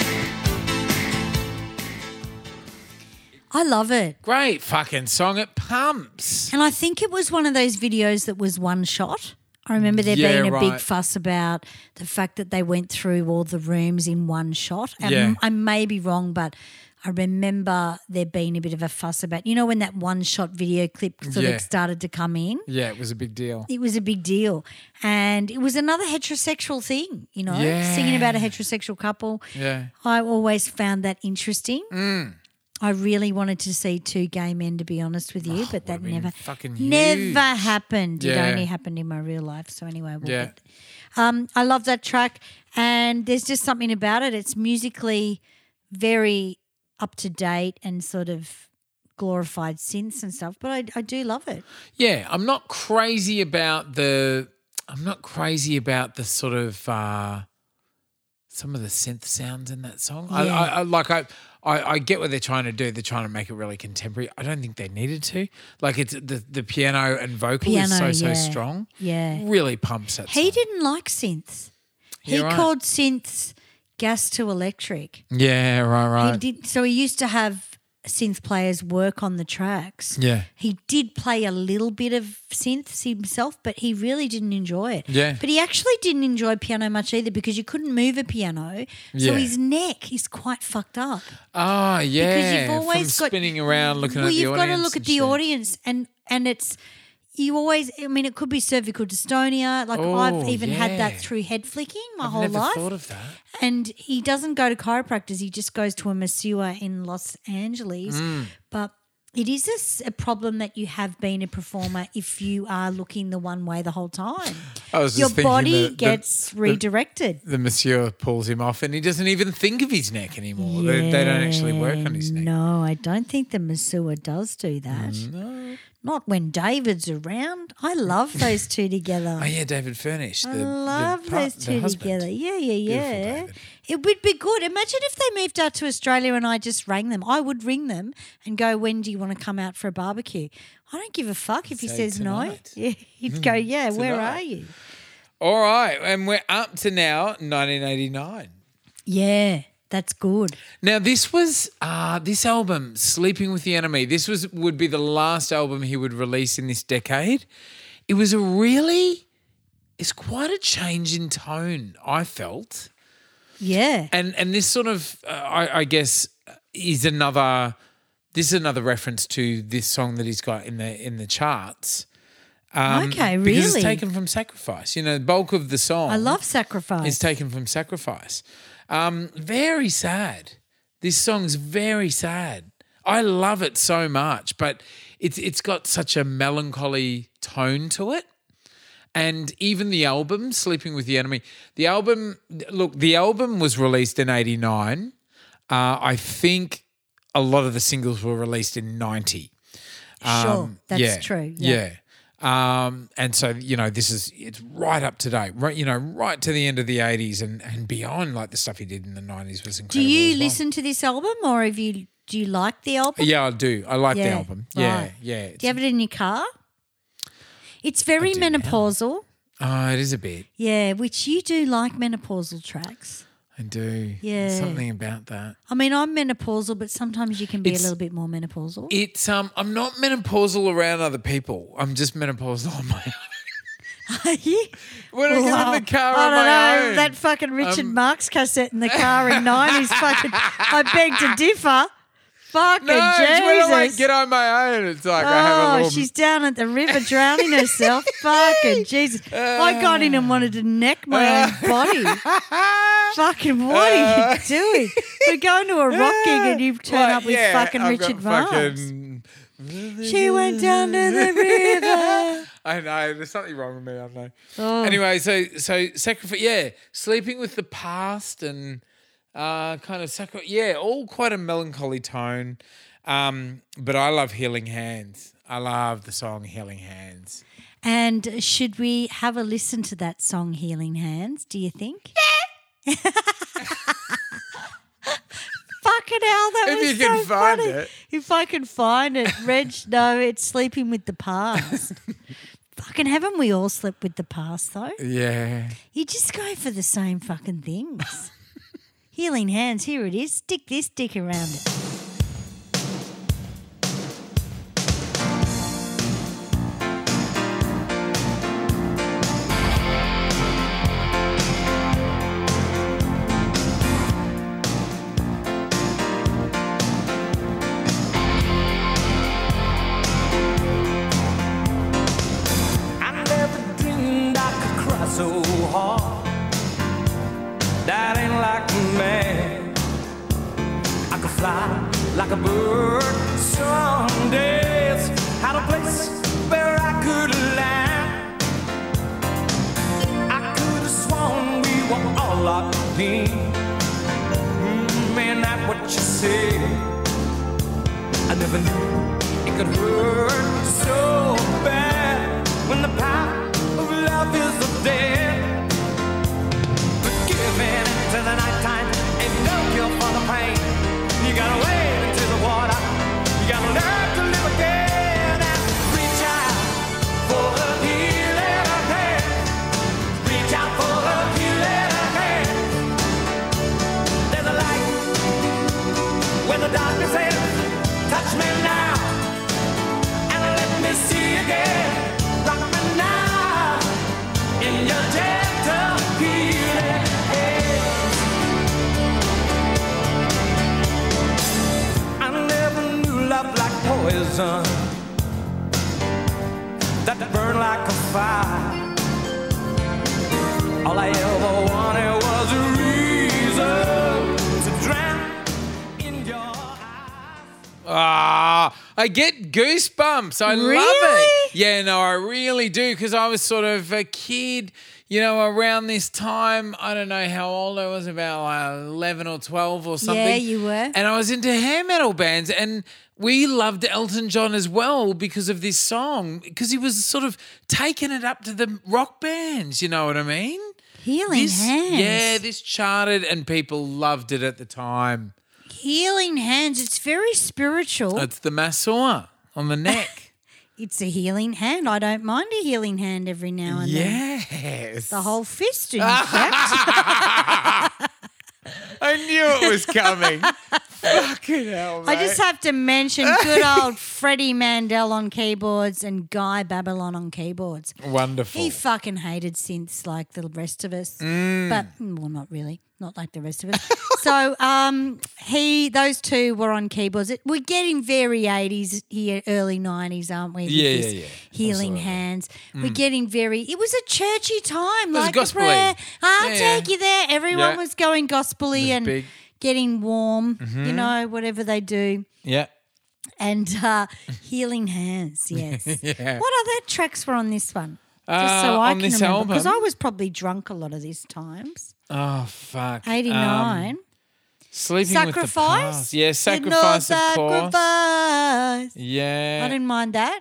[SPEAKER 4] I love it.
[SPEAKER 6] Great fucking song. It pumps.
[SPEAKER 4] And I think it was one of those videos that was one shot. I remember there
[SPEAKER 6] Yeah,
[SPEAKER 4] being a big
[SPEAKER 6] right.
[SPEAKER 4] fuss about the fact that they went through all the rooms in one shot. And
[SPEAKER 6] Yeah.
[SPEAKER 4] I may be wrong, but I remember there being a bit of a fuss about, you know, when that one shot video clip sort
[SPEAKER 6] Yeah.
[SPEAKER 4] of started to come in?
[SPEAKER 6] Yeah, it was a big deal.
[SPEAKER 4] It was a big deal. And it was another heterosexual thing, you know,
[SPEAKER 6] Yeah.
[SPEAKER 4] singing about a heterosexual couple.
[SPEAKER 6] Yeah. Mm.
[SPEAKER 4] I always found that interesting. I really wanted to see two gay men, to be honest with you, but that
[SPEAKER 6] Oh, would've been
[SPEAKER 4] never,
[SPEAKER 6] fucking huge.
[SPEAKER 4] never happened.
[SPEAKER 6] Yeah.
[SPEAKER 4] It only happened in my real life. So anyway, we'll
[SPEAKER 6] Yeah.
[SPEAKER 4] get- um, I love that track, and there's just something about it. It's musically very up to date and sort of glorified synths and stuff, but I, I do love it.
[SPEAKER 6] Yeah, I'm not crazy about the. I'm not crazy about the sort of uh, some of the synth sounds in that song. I, I, I like I, I I get what they're trying to do. They're trying to make it really contemporary. I don't think they needed to. Like it's the the piano and vocal is so
[SPEAKER 4] Piano,
[SPEAKER 6] so
[SPEAKER 4] yeah.
[SPEAKER 6] strong.
[SPEAKER 4] Yeah.
[SPEAKER 6] really pumps that.
[SPEAKER 4] He
[SPEAKER 6] song.
[SPEAKER 4] didn't like synths. He
[SPEAKER 6] You're right.
[SPEAKER 4] called synths gas to electric.
[SPEAKER 6] Yeah, right,
[SPEAKER 4] He
[SPEAKER 6] right.
[SPEAKER 4] did. So he used to have synth players work on the tracks.
[SPEAKER 6] Yeah.
[SPEAKER 4] He did play a little bit of synths himself, but he really didn't enjoy it.
[SPEAKER 6] Yeah.
[SPEAKER 4] But he actually didn't enjoy piano much either because you couldn't move a piano. So
[SPEAKER 6] Yeah.
[SPEAKER 4] his neck is quite fucked up.
[SPEAKER 6] Ah, yeah.
[SPEAKER 4] Because you've always
[SPEAKER 6] From
[SPEAKER 4] got
[SPEAKER 6] spinning around, looking
[SPEAKER 4] well,
[SPEAKER 6] at the
[SPEAKER 4] you've
[SPEAKER 6] audience.
[SPEAKER 4] got to look at
[SPEAKER 6] and
[SPEAKER 4] the
[SPEAKER 6] shit.
[SPEAKER 4] audience, and and it's you always. I mean, it could be cervical dystonia. Like
[SPEAKER 6] Oh,
[SPEAKER 4] I've even had
[SPEAKER 6] yeah.
[SPEAKER 4] that through head flicking my
[SPEAKER 6] I've
[SPEAKER 4] whole
[SPEAKER 6] never
[SPEAKER 4] life.
[SPEAKER 6] thought of that.
[SPEAKER 4] And he doesn't go to chiropractors. He just goes to a masseur in Los Angeles.
[SPEAKER 6] Mm.
[SPEAKER 4] But it is a s- a, problem that you have been a performer if you are looking the one way the whole time.
[SPEAKER 6] I was
[SPEAKER 4] Your
[SPEAKER 6] just thinking
[SPEAKER 4] body
[SPEAKER 6] that the-
[SPEAKER 4] gets redirected.
[SPEAKER 6] the monsieur pulls him off and he doesn't even think of his neck anymore. They, they don't actually work on his neck. Mm,
[SPEAKER 4] No, I don't think the masseur does do that. Not when David's around. I love those two together.
[SPEAKER 6] Oh yeah, David Furnish. The,
[SPEAKER 4] I love
[SPEAKER 6] the, par-
[SPEAKER 4] those
[SPEAKER 6] the
[SPEAKER 4] two
[SPEAKER 6] husband.
[SPEAKER 4] together. Yeah, yeah,
[SPEAKER 6] Beautiful,
[SPEAKER 4] yeah.
[SPEAKER 6] David.
[SPEAKER 4] It would be good. Imagine if they moved out to Australia and I just rang them. I would ring them and go, "When do you want to come out for a barbecue?" I don't give a fuck if he
[SPEAKER 6] Say
[SPEAKER 4] says
[SPEAKER 6] tonight. Hmm,
[SPEAKER 4] no. Yeah, he'd go, "Yeah, where
[SPEAKER 6] tonight.
[SPEAKER 4] are you?"
[SPEAKER 6] All right, and we're up to now 1989.
[SPEAKER 4] Yeah, that's good.
[SPEAKER 6] Now this was uh, this album, Sleeping with the Enemy. This was would be the last album he would release in this decade. It was a really, it's quite a change in tone. I felt,
[SPEAKER 4] Yeah,
[SPEAKER 6] and and this sort of, uh, I, I guess, is another. This is another reference to this song that he's got in the in the charts. Um,
[SPEAKER 4] Okay,
[SPEAKER 6] Because
[SPEAKER 4] really?
[SPEAKER 6] it's taken from Sacrifice. You know, the bulk of the song.
[SPEAKER 4] I love sacrifice.
[SPEAKER 6] It's taken from Sacrifice. Um, very sad. This song's very sad. I love it so much, but it's it's got such a melancholy tone to it. And even the album, Sleeping with the Enemy, the album, look, the album was released in 89. Uh, I think a lot of the singles were released in 90.
[SPEAKER 4] sure,
[SPEAKER 6] Um,
[SPEAKER 4] that's
[SPEAKER 6] yeah,
[SPEAKER 4] true.
[SPEAKER 6] Yeah. Um, and so you know, this is it's right up to date, right? You know, right to the end of the eighties and and beyond. Like the stuff he did in the nineties was
[SPEAKER 4] Do
[SPEAKER 6] incredible.
[SPEAKER 4] you
[SPEAKER 6] as well.
[SPEAKER 4] listen to this album, or have you? Do you like the album?
[SPEAKER 6] Yeah, I do. I like the
[SPEAKER 4] Yeah,
[SPEAKER 6] album. Yeah,
[SPEAKER 4] right.
[SPEAKER 6] yeah. It's,
[SPEAKER 4] Do you have it in your car? It's very menopausal.
[SPEAKER 6] oh, it is a bit.
[SPEAKER 4] Yeah, which you do like menopausal tracks.
[SPEAKER 6] I do.
[SPEAKER 4] Yeah.
[SPEAKER 6] something about that.
[SPEAKER 4] I mean, I'm menopausal, but sometimes you can be
[SPEAKER 6] It's-
[SPEAKER 4] a little bit more menopausal.
[SPEAKER 6] It's um, I'm not menopausal around other people. I'm just menopausal on my own. When I get in the car
[SPEAKER 4] I
[SPEAKER 6] on
[SPEAKER 4] don't
[SPEAKER 6] my
[SPEAKER 4] know
[SPEAKER 6] own, Um,
[SPEAKER 4] that fucking Richard Marx cassette in the car in '90s. Fucking, I beg to differ. Fucking
[SPEAKER 6] no, it's when I like,
[SPEAKER 4] Jesus!
[SPEAKER 6] get on my own. It's like I have a
[SPEAKER 4] oh,
[SPEAKER 6] little.
[SPEAKER 4] she's down at the river drowning herself. fucking Jesus! I got in and wanted to
[SPEAKER 6] Uh.
[SPEAKER 4] neck my own body. Fucking what are you doing? We're going to a rock gig and you turn
[SPEAKER 6] Uh. Like,
[SPEAKER 4] up with
[SPEAKER 6] yeah,
[SPEAKER 4] fucking
[SPEAKER 6] I've got
[SPEAKER 4] Richard Marx.
[SPEAKER 6] fucking-
[SPEAKER 4] She went down to the river.
[SPEAKER 6] I know there's something wrong with me. I know.
[SPEAKER 4] Oh.
[SPEAKER 6] Anyway, so so sacrifice. Yeah, sleeping with the past and uh, kind of sacrifice. Yeah, all quite a melancholy tone. Um, but I love Healing Hands. I love the song Healing Hands.
[SPEAKER 4] And should we have a listen to that song, Healing Hands? Do you think? Fucking hell, that
[SPEAKER 6] If
[SPEAKER 4] was
[SPEAKER 6] you can
[SPEAKER 4] so
[SPEAKER 6] find
[SPEAKER 4] funny.
[SPEAKER 6] it.
[SPEAKER 4] If I can find it, Reg, no, it's sleeping with the past. fucking haven't we all slept with the past though?
[SPEAKER 6] Yeah.
[SPEAKER 4] You just go for the same fucking things. Healing hands, here it is. Stick this dick around it.
[SPEAKER 2] I never dreamed I could cry so hard. That ain't like a man. I could fly like a bird. Some days had a place where I could land. I could have sworn we were all locked in. Mm, ain't that what you said? I never knew it could hurt so bad when the power of love is the dead. But give in to the nighttime and no cure for the pain. You gotta wade into the water. You gotta learn to live again and reach out for the healing hand. Reach out for the healing hand. There's a light when the darkness ends. Touch me now and let me see again. Rock me now in your gentle healing. I never knew love like poison that burned like a fire. All I ever wanted was a reason to drown in your eyes.
[SPEAKER 6] Ah, I get goosebumps. I love
[SPEAKER 4] Really?
[SPEAKER 6] it. Yeah, no, I really do because I was sort of a kid, you know, around this time. I don't know how old I was, about like 11 or 12 or something.
[SPEAKER 4] you were.
[SPEAKER 6] And I was into hair metal bands and we loved Elton John as well because of this song because he was sort of taking it up to the rock bands, you know what I mean?
[SPEAKER 4] Healing
[SPEAKER 6] This-
[SPEAKER 4] hands.
[SPEAKER 6] Yeah, this charted and people loved it at the time.
[SPEAKER 4] Healing hands. It's very spiritual.
[SPEAKER 6] It's the masseur on the neck.
[SPEAKER 4] it's a healing hand. I don't mind a healing hand every now and then.
[SPEAKER 6] yes.
[SPEAKER 4] The whole fist, in fact.
[SPEAKER 6] I knew it was coming. Fucking hell.
[SPEAKER 4] I just
[SPEAKER 6] mate.
[SPEAKER 4] have to mention good old Freddie Mandel on keyboards and Guy Babylon on keyboards.
[SPEAKER 6] wonderful.
[SPEAKER 4] He fucking hated synths like the rest of us,
[SPEAKER 6] Mm.
[SPEAKER 4] but well, not really, not like the rest of us. so um, he, those two were on keyboards. It, we're getting very eighties here, early nineties, aren't we? with
[SPEAKER 6] Yeah, yeah,
[SPEAKER 4] this
[SPEAKER 6] yeah. Mm.
[SPEAKER 4] Healing hands. We're getting very. It was a churchy time,
[SPEAKER 6] was
[SPEAKER 4] like a
[SPEAKER 6] gospel-y.
[SPEAKER 4] prayer. I'll
[SPEAKER 6] Yeah, yeah.
[SPEAKER 4] take you there. Everyone
[SPEAKER 6] Yeah.
[SPEAKER 4] was going gospelly
[SPEAKER 6] It was
[SPEAKER 4] and
[SPEAKER 6] big. Mm-hmm.
[SPEAKER 4] getting warm. You know, whatever they do
[SPEAKER 6] yeah.
[SPEAKER 4] and uh, Healing Hands. Yes.
[SPEAKER 6] Yeah.
[SPEAKER 4] What other tracks were on this one? Just
[SPEAKER 6] Uh, on this
[SPEAKER 4] because I
[SPEAKER 6] album?
[SPEAKER 4] was probably drunk a lot of these times.
[SPEAKER 6] Oh fuck.
[SPEAKER 4] Eighty
[SPEAKER 6] Um,
[SPEAKER 4] nine.
[SPEAKER 6] sleeping With the
[SPEAKER 4] sacrifice.
[SPEAKER 6] past. Yeah,
[SPEAKER 4] Did no
[SPEAKER 6] sacrifice of course.
[SPEAKER 4] sacrifice.
[SPEAKER 6] Yeah.
[SPEAKER 4] I didn't mind that.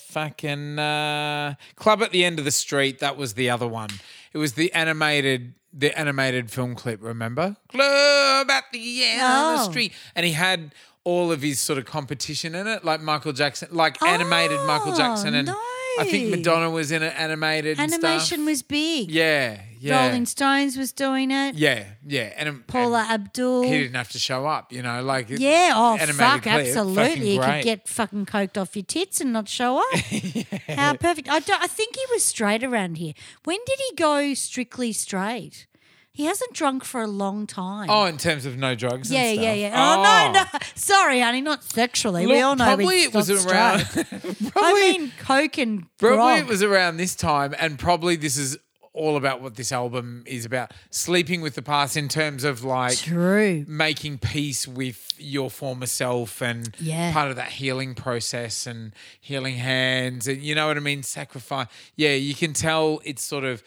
[SPEAKER 6] fucking uh, club at the end of the street. That was the other one. It was the animated, the animated film clip. Remember, club at the end of
[SPEAKER 4] Oh.
[SPEAKER 6] the street, and he had all of his sort of competition in it, like Michael Jackson, like animated Michael
[SPEAKER 4] Oh,
[SPEAKER 6] Jackson, and I think
[SPEAKER 4] nice.
[SPEAKER 6] Madonna was in it, animated and stuff.
[SPEAKER 4] Animation was big.
[SPEAKER 6] yeah, yeah,
[SPEAKER 4] Rolling Stones was doing it.
[SPEAKER 6] yeah, yeah, and and
[SPEAKER 4] Paula Abdul.
[SPEAKER 6] He didn't have to show up, you know, like it-
[SPEAKER 4] yeah, oh
[SPEAKER 6] animated
[SPEAKER 4] fuck,
[SPEAKER 6] clip, fucking
[SPEAKER 4] absolutely. You could
[SPEAKER 6] great.
[SPEAKER 4] get fucking coked off your tits and not show up. How perfect. I, don't, I think he was straight around here. When did he go strictly straight? He hasn't drunk for a long time.
[SPEAKER 6] Oh, in terms of no drugs.
[SPEAKER 4] yeah,
[SPEAKER 6] and stuff.
[SPEAKER 4] yeah, yeah. Oh, no, no. Sorry, honey, not sexually. we
[SPEAKER 6] Look,
[SPEAKER 4] all know
[SPEAKER 6] probably
[SPEAKER 4] it's
[SPEAKER 6] it was
[SPEAKER 4] not
[SPEAKER 6] around.
[SPEAKER 4] straight.
[SPEAKER 6] probably,
[SPEAKER 4] I mean, coke and
[SPEAKER 6] probably
[SPEAKER 4] grog.
[SPEAKER 6] it was around this time, and probably this is all about what this album is about: sleeping with the past in terms of like
[SPEAKER 4] true.
[SPEAKER 6] making peace with your former self, and
[SPEAKER 4] Yeah.
[SPEAKER 6] part of that healing process and healing hands, and you know what I mean, sacrifice. Yeah, you can tell it's sort of.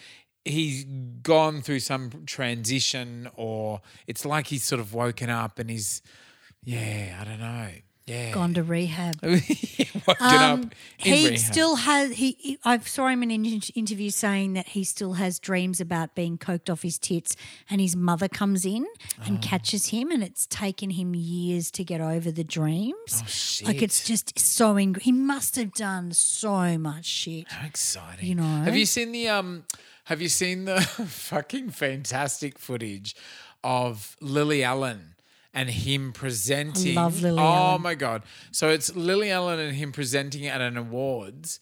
[SPEAKER 6] He's gone through some transition, or it's like he's sort of woken up and he's, yeah, I don't know. Yeah.
[SPEAKER 4] Gone to rehab.
[SPEAKER 6] woken up in
[SPEAKER 4] he
[SPEAKER 6] rehab.
[SPEAKER 4] still has he, he- i saw him in an in- interview saying that he still has dreams about being coked off his tits and his mother comes in and
[SPEAKER 6] Oh.
[SPEAKER 4] catches him and it's taken him years to get over the dreams
[SPEAKER 6] Oh,
[SPEAKER 4] like it's just so ing- he must have done so much shit
[SPEAKER 6] How exciting!
[SPEAKER 4] You know?
[SPEAKER 6] have you seen the um? Have you seen the fucking fantastic footage of Lily Allen and him presenting?
[SPEAKER 4] love Lily
[SPEAKER 6] oh
[SPEAKER 4] Allen.
[SPEAKER 6] my god! So it's Lily Allen and him presenting at an awards,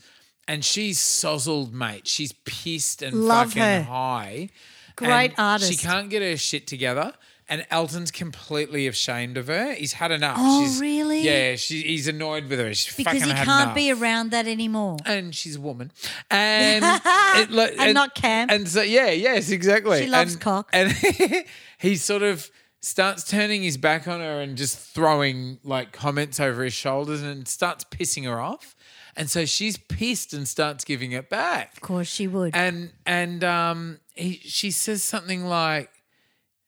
[SPEAKER 6] and she's sozzled, mate. She's pissed and
[SPEAKER 4] Love
[SPEAKER 6] fucking
[SPEAKER 4] her.
[SPEAKER 6] high.
[SPEAKER 4] Great
[SPEAKER 6] And
[SPEAKER 4] artist.
[SPEAKER 6] She can't get her shit together. And Elton's completely ashamed of her. He's had enough.
[SPEAKER 4] Oh, really?
[SPEAKER 6] Yeah, she, he's annoyed with her. She's
[SPEAKER 4] because
[SPEAKER 6] fucking
[SPEAKER 4] he
[SPEAKER 6] had
[SPEAKER 4] can't
[SPEAKER 6] enough
[SPEAKER 4] be around that anymore
[SPEAKER 6] and she's a woman, and it, like,
[SPEAKER 4] Oh. And not Cam.
[SPEAKER 6] And so yeah, yes, exactly.
[SPEAKER 4] She loves
[SPEAKER 6] and,
[SPEAKER 4] cock.
[SPEAKER 6] And he sort of starts turning his back on her and just throwing like comments over his shoulders and starts pissing her off. And so she's pissed and starts giving it back
[SPEAKER 4] of course she would
[SPEAKER 6] and and um, he, she says something like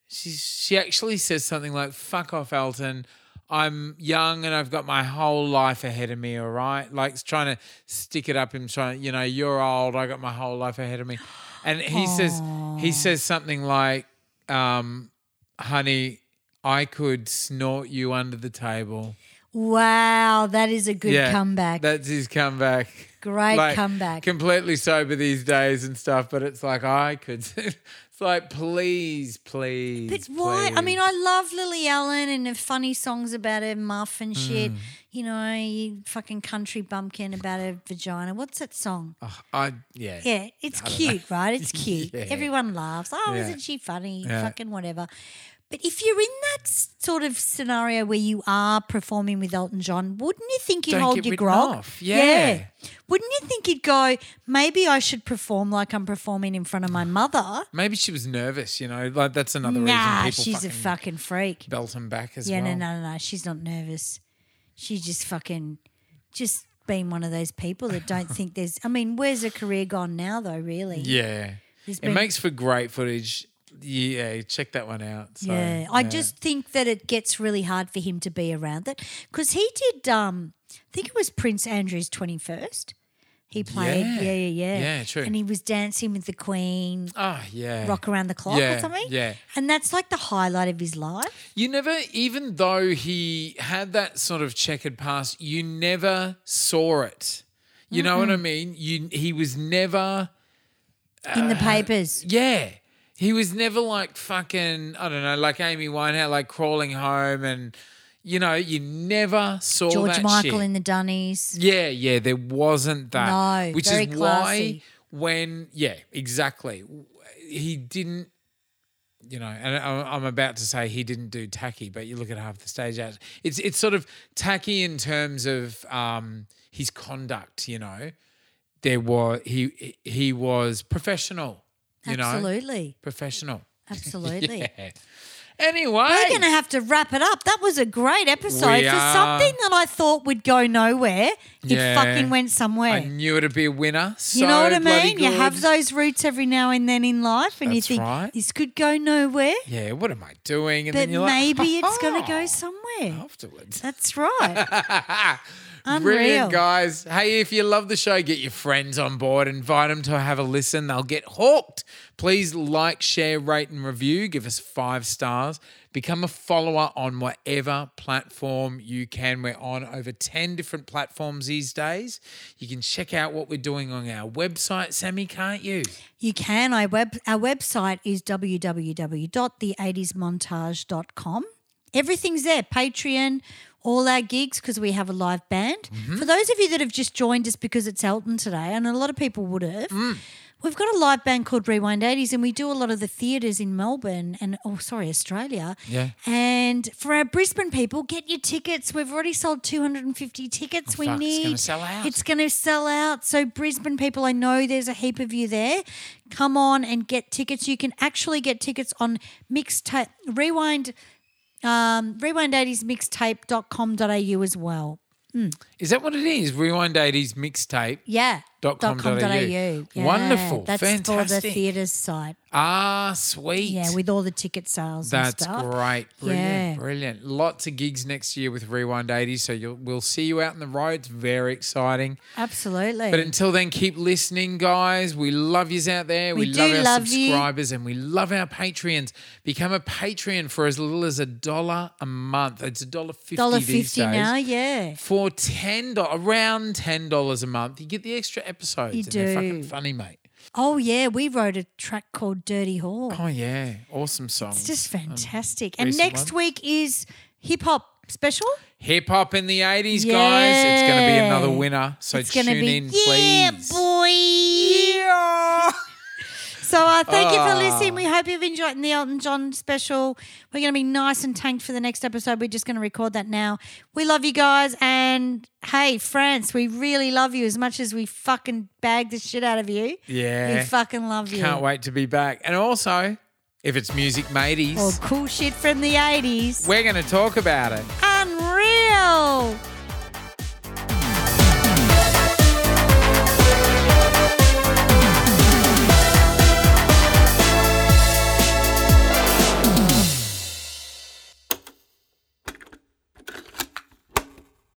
[SPEAKER 6] she she actually says something like "fuck off, Elton." I'm young and I've got my whole life ahead of me. All right, like it's trying to stick it up him, trying you know you're old. I got my whole life ahead of me, and he says he says something like, um, "Honey, I could snort you under the table."
[SPEAKER 4] wow that is a good comeback
[SPEAKER 6] That's his comeback.
[SPEAKER 4] Great comeback.
[SPEAKER 6] Completely sober these days and stuff, but it's like I could. It's like please, please.
[SPEAKER 4] But why? I
[SPEAKER 6] please.
[SPEAKER 4] mean, I love Lily Allen and her funny songs about her muff
[SPEAKER 6] Mm.
[SPEAKER 4] and shit. You know, you fucking country bumpkin about her vagina. What's that song?
[SPEAKER 6] I yeah.
[SPEAKER 4] Yeah, it's cute, right? It's cute.
[SPEAKER 6] Yeah.
[SPEAKER 4] Everyone laughs. Oh,
[SPEAKER 6] Yeah.
[SPEAKER 4] isn't she funny?
[SPEAKER 6] Yeah.
[SPEAKER 4] Fucking whatever. But if you're in that s- sort of scenario where you are performing with Elton John, wouldn't you think you'd
[SPEAKER 6] Don't
[SPEAKER 4] hold
[SPEAKER 6] get
[SPEAKER 4] your
[SPEAKER 6] written
[SPEAKER 4] grog?
[SPEAKER 6] off. Yeah.
[SPEAKER 4] Wouldn't you think you'd go, maybe I should perform like I'm performing in front of my mother?
[SPEAKER 6] Maybe she was nervous. You know, like that's another
[SPEAKER 4] Nah,
[SPEAKER 6] reason people
[SPEAKER 4] she's a fucking
[SPEAKER 6] fucking
[SPEAKER 4] freak.
[SPEAKER 6] belt him back as
[SPEAKER 4] Yeah,
[SPEAKER 6] well.
[SPEAKER 4] no, no, no, no. She's not nervous. She just fucking just being one of those people that don't think there's. I mean, where's a career gone now, though? Really?
[SPEAKER 6] Yeah.
[SPEAKER 4] There's
[SPEAKER 6] It
[SPEAKER 4] been-
[SPEAKER 6] makes for great footage. Yeah, check that one out. So,
[SPEAKER 4] yeah, I just think that it gets really hard for him to be around that because he did. Um, I think it was Prince Andrew's twenty first. He played.
[SPEAKER 6] Yeah.
[SPEAKER 4] Yeah. yeah, yeah,
[SPEAKER 6] Yeah, true.
[SPEAKER 4] And he was dancing with the Queen,
[SPEAKER 6] Oh, yeah.
[SPEAKER 4] rock around the clock
[SPEAKER 6] Yeah,
[SPEAKER 4] or something.
[SPEAKER 6] yeah.
[SPEAKER 4] and that's like the highlight of his life.
[SPEAKER 6] You never, even though he had that sort of checkered past, you never saw it. You know what I mean? You, he was never,
[SPEAKER 4] In
[SPEAKER 6] Uh,
[SPEAKER 4] the papers,
[SPEAKER 6] yeah, he was never like fucking, I don't know, like Amy Winehouse, like crawling home, and you know, you never saw
[SPEAKER 4] George
[SPEAKER 6] that
[SPEAKER 4] Michael
[SPEAKER 6] shit.
[SPEAKER 4] in the Dunnies.
[SPEAKER 6] Yeah, yeah, there wasn't that.
[SPEAKER 4] No,
[SPEAKER 6] which
[SPEAKER 4] very
[SPEAKER 6] is
[SPEAKER 4] classy.
[SPEAKER 6] why when yeah, exactly, he didn't. You know, and I- I'm about to say he didn't do tacky, but you look at half the stage act. It's it's sort of tacky in terms of um, his conduct. You know, there was he he was professional. You know,
[SPEAKER 4] Absolutely,
[SPEAKER 6] professional.
[SPEAKER 4] absolutely.
[SPEAKER 6] Yeah. Anyway,
[SPEAKER 4] We're going to have to wrap it up. That was a great episode
[SPEAKER 6] We
[SPEAKER 4] for
[SPEAKER 6] are.
[SPEAKER 4] something that I thought would go nowhere.
[SPEAKER 6] Yeah.
[SPEAKER 4] It fucking went somewhere.
[SPEAKER 6] I knew it'd be a winner. So
[SPEAKER 4] you know what I
[SPEAKER 6] bloody
[SPEAKER 4] mean? You
[SPEAKER 6] good.
[SPEAKER 4] have those roots every now and then in life, and you
[SPEAKER 6] That's
[SPEAKER 4] think
[SPEAKER 6] right.
[SPEAKER 4] this could go nowhere,
[SPEAKER 6] Yeah, what am I doing? And
[SPEAKER 4] but
[SPEAKER 6] then you're like, "Oh."
[SPEAKER 4] maybe it's going to
[SPEAKER 6] "Ha-ha."
[SPEAKER 4] go somewhere.
[SPEAKER 6] afterwards.
[SPEAKER 4] That's right. Unreal.
[SPEAKER 6] Brilliant, guys. Hey, if you love the show, get your friends on board. Invite them to have a listen. They'll get hooked. Please like, share, rate, and review. Give us five stars. Become a follower on whatever platform you can. We're on over 10 different platforms these days. You can check out what we're doing on our website, Sammy, can't you?
[SPEAKER 4] You can. I web, our website is www.the80smontage.com. Everything's there Patreon, all our gigs because we have a live band. For those of you that have just joined us because it's Elton today, and a lot of people would have. We've got a live band called Rewind 80s, and we do a lot of the theatres in Melbourne and, oh, sorry, Australia.
[SPEAKER 6] Yeah.
[SPEAKER 4] And for our Brisbane people, get your tickets. We've already sold 250 tickets. we
[SPEAKER 6] Oh, fuck, it's
[SPEAKER 4] need.
[SPEAKER 6] gonna sell out.
[SPEAKER 4] It's going to sell out. So, Brisbane people, I know there's a heap of you there. Come on and get tickets. You can actually get tickets on mixtape rewind um, rewind80smixtape.com.au as well.
[SPEAKER 6] Is that what it is? Rewind 80s mixtape.
[SPEAKER 4] Yeah.
[SPEAKER 6] Dot com dot au.
[SPEAKER 4] Yeah,
[SPEAKER 6] Wonderful.
[SPEAKER 4] That's for the
[SPEAKER 6] Fantastic.
[SPEAKER 4] theatres site.
[SPEAKER 6] Ah, sweet.
[SPEAKER 4] Yeah, with all the ticket sales
[SPEAKER 6] That's
[SPEAKER 4] and stuff.
[SPEAKER 6] great. Brilliant.
[SPEAKER 4] Yeah.
[SPEAKER 6] Brilliant. Lots of gigs next year with Rewind 80. So you'll, we'll see you out on the roads. Very exciting.
[SPEAKER 4] Absolutely.
[SPEAKER 6] But until then, keep listening, guys. We love yous out there. We,
[SPEAKER 4] We
[SPEAKER 6] love
[SPEAKER 4] do
[SPEAKER 6] our
[SPEAKER 4] love you.
[SPEAKER 6] subscribers and we love our Patreons. Become a Patreon for as little as a dollar a month. It's a dollar fifty
[SPEAKER 4] $1.50
[SPEAKER 6] these days.
[SPEAKER 4] now, yeah.
[SPEAKER 6] For ten dollars around ten dollars a month, you get the extra episodes.
[SPEAKER 4] You
[SPEAKER 6] and they're fucking
[SPEAKER 4] do.
[SPEAKER 6] funny, mate.
[SPEAKER 4] Oh, yeah, we wrote a track called Dirty Hall.
[SPEAKER 6] Oh yeah. Awesome songs.
[SPEAKER 4] It's just fantastic. and
[SPEAKER 6] um, recent
[SPEAKER 4] next
[SPEAKER 6] one.
[SPEAKER 4] week is hip hop special.
[SPEAKER 6] Hip hop in the 80s, guys. It's going to be
[SPEAKER 4] Yeah.
[SPEAKER 6] another winner. So
[SPEAKER 4] It's
[SPEAKER 6] tune
[SPEAKER 4] gonna be
[SPEAKER 6] in,
[SPEAKER 4] yeah,
[SPEAKER 6] please.
[SPEAKER 4] boy.
[SPEAKER 6] Yeah.
[SPEAKER 4] So uh, thank
[SPEAKER 6] Ah.
[SPEAKER 4] you for listening. We hope you've enjoyed the Elton John special. We're going to be nice and tanked for the next episode. We're just going to record that now. We love you guys, and hey, France, we really love you as much as we fucking bag the shit out of you.
[SPEAKER 6] Yeah.
[SPEAKER 4] we fucking love you.
[SPEAKER 6] Can't wait to be back. And also, if it's music mateys,
[SPEAKER 4] Or cool shit from the eighties.
[SPEAKER 6] we're going to talk about it.
[SPEAKER 4] Unreal.